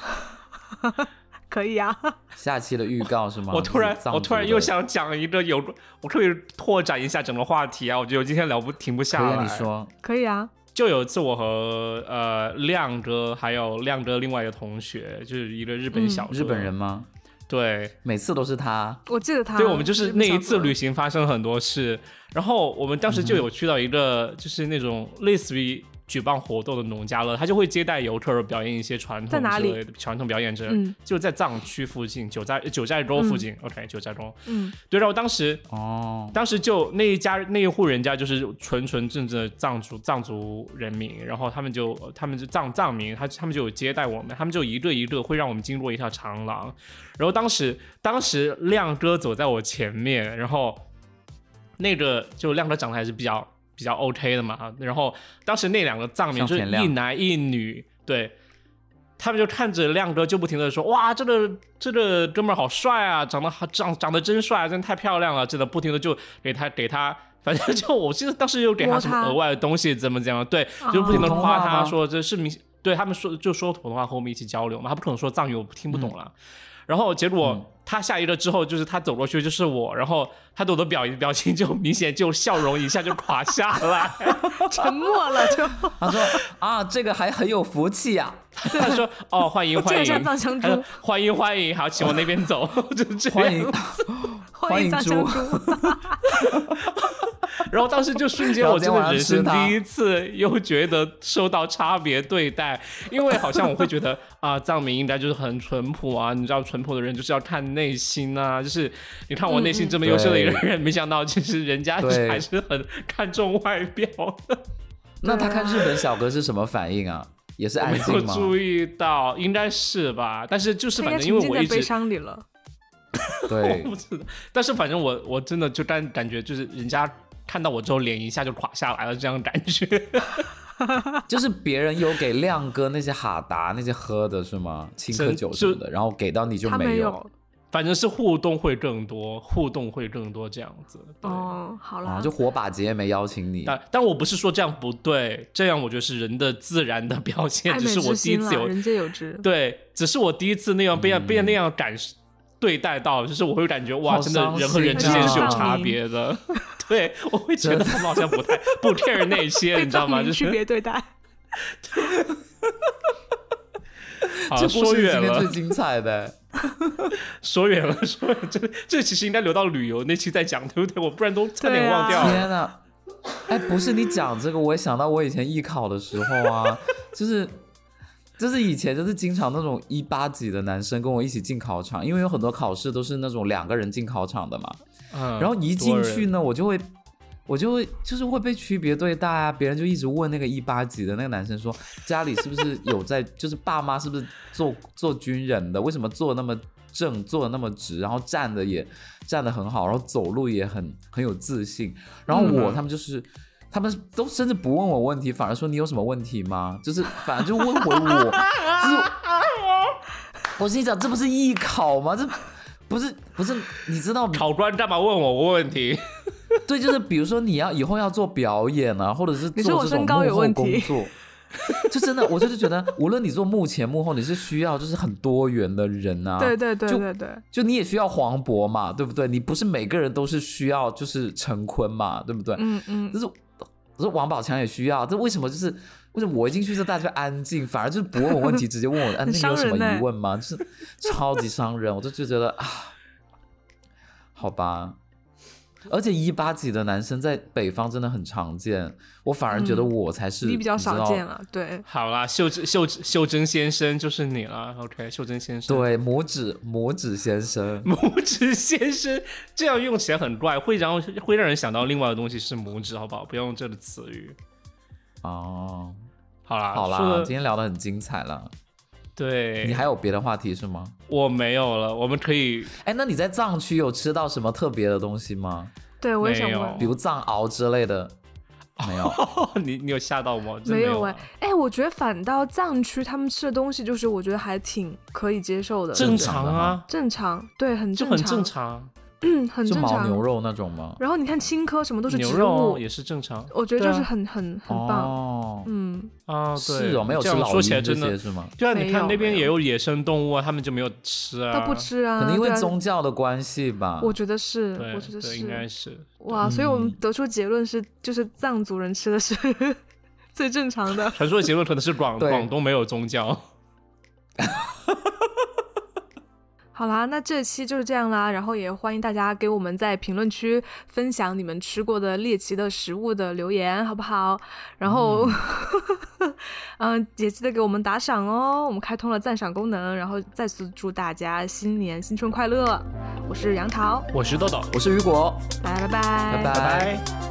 Speaker 3: 可以
Speaker 1: [laughs]
Speaker 3: 啊，
Speaker 2: 下期的预告是吗？
Speaker 1: 我突然
Speaker 2: 就是藏
Speaker 1: 我
Speaker 2: 族
Speaker 1: 突然
Speaker 2: 的
Speaker 1: 又，想讲一个有，我可不可以拓展一下整个话题啊？我觉得我今天聊不停不
Speaker 2: 可
Speaker 1: 下
Speaker 2: 以
Speaker 1: 来。
Speaker 2: 啊你说，
Speaker 3: 可以啊，
Speaker 1: 就有一次，我和呃亮哥还有亮哥另外一个同学，就是一个日本
Speaker 3: 嗯
Speaker 1: 小
Speaker 2: 日
Speaker 1: 哥
Speaker 2: 本人，吗？
Speaker 1: 对，
Speaker 2: 每次都是他，
Speaker 3: 我记得他，
Speaker 1: 对，我们就是那一次旅
Speaker 3: 旅，
Speaker 1: 行
Speaker 3: 嗯
Speaker 1: 发生了很多事，然后我们当时就有去到一个就是那种类似于举办活动的农家乐，他就会接待游客表演一些传统
Speaker 3: 在哪
Speaker 1: 之
Speaker 3: 里
Speaker 1: 类的传统表演之类的，
Speaker 3: 嗯
Speaker 1: 就在藏区附近，九寨九寨沟附近、o k 九寨沟。 [laughs]
Speaker 3: 嗯，
Speaker 1: 对，然后当时
Speaker 2: 哦，
Speaker 1: 当时就那一家那一户人家就是纯纯正正的藏族藏族人民，然后他们就他们就藏藏民，他他们就有接待我们，他们就一个一个会让我们经过一条长廊，然后当时当时亮哥走在我前面，然后那个就亮哥长得还是比较 [laughs] 比较 OK 的嘛，然后当时那两个藏民
Speaker 2: 向
Speaker 1: 就是
Speaker 2: 前亮
Speaker 1: 一男一女，对。他们就看着亮哥，就不停的说：“哇，这个这个哥们儿好帅啊，长得好长长得真帅啊，真太漂亮了。”真的不停的就给他给他，反正就我记得当时有给他
Speaker 3: 摸
Speaker 1: 什么
Speaker 3: 他啊
Speaker 1: 额外的东西，怎么怎样，对，就不停的
Speaker 2: 哦
Speaker 1: 夸
Speaker 2: 普通话
Speaker 1: 他
Speaker 2: 吗
Speaker 1: 说这是明星，对他们说就说普通话和我们一起交流嘛，他不可能说藏语我听不懂了。
Speaker 2: 嗯
Speaker 1: 然后结果他下一个之后，就是他走过去就是我，然后他对我的表表情就明显就笑容一下就垮下
Speaker 3: [laughs]
Speaker 1: 来，
Speaker 3: 沉默了就
Speaker 1: [laughs]
Speaker 2: 他说啊，这个还很有福气啊呀、
Speaker 1: 他说哦欢迎
Speaker 3: 我见 [laughs]
Speaker 1: 欢
Speaker 3: 一下
Speaker 1: 迎，
Speaker 3: 藏香
Speaker 1: 他说
Speaker 3: 猪，
Speaker 1: 欢迎欢迎，好请往那边走， [laughs] 就这样
Speaker 2: 欢迎。
Speaker 3: 欢迎
Speaker 2: 欢迎
Speaker 3: 藏香
Speaker 2: 猪
Speaker 3: 猪，
Speaker 1: 然后当时就瞬间，我真的人生第一次又觉得受到差别对待， [laughs] 因为好像我会觉得啊，藏民应该就是很淳朴啊，你知道淳朴的人就是要看内心啊，就是你看我内心这么优秀的一个人，没想到其实人家
Speaker 2: 对
Speaker 1: 还是很看重外表的，
Speaker 2: 那他看日本
Speaker 3: 啊
Speaker 2: 小哥是什么反应啊？也是安
Speaker 1: 没有
Speaker 2: 静吗？
Speaker 1: 注意到，应该是吧？但是 [laughs] 就是
Speaker 3: 他应
Speaker 1: 反
Speaker 3: 该
Speaker 1: 正因为
Speaker 3: 沉浸
Speaker 1: 我
Speaker 3: 在
Speaker 1: 一
Speaker 3: 悲
Speaker 1: 直
Speaker 3: 伤里了。
Speaker 2: 对
Speaker 1: 我，不知道，但是反正我我真的就感感觉就是人家看到我之后脸一下就垮下来了，这样的感觉。
Speaker 2: 就是别人有给亮哥那些哈达那些喝的是吗？青稞酒什么的，然后给到你就
Speaker 3: 他
Speaker 2: 没
Speaker 3: 有
Speaker 1: 反正是互动会更多，互动会更多这样子。对，
Speaker 3: 哦，好啦，
Speaker 2: 啊？就火把节也没邀请你，
Speaker 1: 但但我不是说这样不对，这样我觉得是人的自然的表现，
Speaker 3: 爱
Speaker 1: 只
Speaker 3: 美
Speaker 1: 是我
Speaker 3: 之
Speaker 1: 第一
Speaker 3: 心
Speaker 1: 次
Speaker 3: 啦，
Speaker 1: 有
Speaker 3: 人皆有之。
Speaker 1: 对，只是我第一次那样被、被那样感对待到，就是我会感觉哇，
Speaker 2: 好
Speaker 1: 真的
Speaker 2: 伤
Speaker 1: 人和人
Speaker 2: 心
Speaker 1: 之间是有
Speaker 3: 啊
Speaker 1: 差别的。对，我会觉得他们好像不太不 care 那些，你
Speaker 3: 被
Speaker 1: 知道
Speaker 3: 藏
Speaker 1: 吗？
Speaker 3: 民
Speaker 1: 就
Speaker 3: 区
Speaker 1: 是
Speaker 3: 别对待，
Speaker 1: 好
Speaker 2: 这故
Speaker 1: 说
Speaker 2: 事是
Speaker 1: 远
Speaker 2: 今天
Speaker 1: 了
Speaker 2: 最，精彩的。
Speaker 1: 说远了，说远了，这这其实应该留到旅游那期再讲，对不对？我不然都 [laughs] 差点
Speaker 3: 对啊
Speaker 1: 忘掉了。
Speaker 2: 天呐！哎，不是你讲这个，我也想到我以前艺考的时候
Speaker 1: [laughs]
Speaker 2: 啊，就是就是以前就是经常那种一八几的男生跟我一起进考场，因为有很多考试都是那种两个人进考场的嘛。
Speaker 1: 嗯，
Speaker 2: 然后一
Speaker 1: 多
Speaker 2: 进
Speaker 1: 人
Speaker 2: 去呢，我就会，我就会就是会被区别对待啊。别人就一直问那个一八级的那个男生说，家里是不是有在，就是爸妈是不是做做军人的？为什么坐那么正，坐的那么直，然后站的也站的很好，然后走路也很很有自信。然后
Speaker 1: 嗯
Speaker 2: 我、他们就是。他们都甚至不问我问题，反而说你有什么问题吗？就是反而就问回我，就是
Speaker 1: [laughs]
Speaker 2: 我心想这不是艺考吗？这不是不是你知道
Speaker 1: [laughs] 考官干嘛问我问题？ [laughs]
Speaker 2: 对，就是比如说你要以后要做表演啊，或者是
Speaker 3: 你说
Speaker 2: 做
Speaker 3: 我
Speaker 2: 这种
Speaker 3: 身高有
Speaker 2: 幕后
Speaker 3: 问
Speaker 2: 工
Speaker 3: 题
Speaker 2: 作，就真的，我就是觉得，无论你做幕前幕后，你是需要就是很多元的人啊。
Speaker 3: 对对对
Speaker 2: 就
Speaker 3: 对对，
Speaker 2: 就你也需要黄渤嘛，对不对？你不是每个人都是需要就是陈坤嘛，对不对？
Speaker 3: 嗯嗯，
Speaker 2: 就是可是王宝强也需要，这为什么就是为什么我一进去就大家就安静，反而就是不问我问题，直接问
Speaker 3: [laughs]
Speaker 2: 我，啊，那
Speaker 3: 很
Speaker 2: 你有
Speaker 3: 伤
Speaker 2: 什么
Speaker 3: 人欸呢
Speaker 2: 疑问吗？就是超级伤人，我就就觉得啊，好吧。而且一八几的男生在北方真的很常见，我反而觉得我才是、
Speaker 3: 嗯你比较少见
Speaker 2: 了。
Speaker 3: 了，对，
Speaker 1: 好啦，秀珍秀秀珍先生就是你了，OK，秀珍先生。，
Speaker 2: 对，拇指拇指先生，
Speaker 1: [laughs] 拇指先生这样用起来很怪，会让会让人想到另外的东西是拇指，好不好？不要用这个词语。
Speaker 2: 哦，
Speaker 1: 好啦，
Speaker 2: 好
Speaker 1: 说哎
Speaker 2: 啦
Speaker 1: 得，
Speaker 2: 今天聊得很精彩了。
Speaker 1: 对，
Speaker 2: 你还有别的话题是吗？
Speaker 1: 我没有了，我们可以 [laughs]
Speaker 2: 哎，那你在藏区有吃到什么特别的东西吗？
Speaker 3: 对我也
Speaker 1: 没
Speaker 3: 想
Speaker 1: 有
Speaker 3: 问，
Speaker 2: 比如藏獒之类的？
Speaker 3: 哦
Speaker 2: 没
Speaker 3: [laughs]
Speaker 2: 有。
Speaker 1: 哦你你有吓到我？真
Speaker 3: 没有
Speaker 1: 有
Speaker 3: 哎
Speaker 1: 啊，
Speaker 3: 哎，我觉得反倒藏区他们吃的东西，就是我觉得还挺可以接受的，
Speaker 1: 正
Speaker 2: 常
Speaker 1: 常
Speaker 2: 的
Speaker 1: 啊
Speaker 2: 吗，
Speaker 3: 正常，对，很
Speaker 1: 就
Speaker 3: 正
Speaker 1: 很
Speaker 3: 常，
Speaker 1: 正常。
Speaker 3: 嗯很
Speaker 2: 是
Speaker 3: 正
Speaker 2: 牦
Speaker 3: 常。
Speaker 2: 牛肉那种吗？
Speaker 3: 然后你看青稞什么都是
Speaker 1: 牛
Speaker 3: 植
Speaker 1: 肉啊
Speaker 3: 物
Speaker 1: 也，是正常
Speaker 3: 我觉得就
Speaker 1: 对
Speaker 3: 是
Speaker 1: 啊
Speaker 3: 很很很棒，
Speaker 2: 哦，
Speaker 3: 嗯，
Speaker 1: 啊，对，
Speaker 2: 是哦，没有
Speaker 1: 这
Speaker 2: 吃
Speaker 1: 样
Speaker 2: 老
Speaker 1: 说
Speaker 2: 鹰
Speaker 1: 起来
Speaker 2: 这
Speaker 1: 真
Speaker 2: 些
Speaker 1: 的。
Speaker 2: 是吗？
Speaker 1: 对啊，
Speaker 3: 没
Speaker 1: 你
Speaker 3: 有
Speaker 1: 看那边
Speaker 3: 没有
Speaker 1: 也有野生动物啊，他们就没有吃啊，
Speaker 3: 他不吃啊，
Speaker 2: 可能因为
Speaker 3: 对啊
Speaker 2: 宗教的关系吧。
Speaker 3: 我觉得是
Speaker 1: 对，，
Speaker 3: 我觉得
Speaker 1: 对应该
Speaker 3: 是，
Speaker 1: 是
Speaker 3: 哇，所以我们得出结论是，就是藏族人吃的是 [laughs] 最正常的，
Speaker 1: 传说的结论可能是广
Speaker 2: 对
Speaker 1: 广东没有宗教。
Speaker 3: 好啦，那这期就是这样啦，然后也欢迎大家给我们在评论区分享你们吃过的猎奇的食物的留言，好不好？然后， [laughs] 嗯也记得给我们打赏哦，我们开通了赞赏功能，然后再次祝大家新年新春快乐！我是杨桃，
Speaker 1: 我是豆豆，
Speaker 2: 我是雨果，
Speaker 3: 大家拜拜，
Speaker 2: 拜
Speaker 1: 拜拜。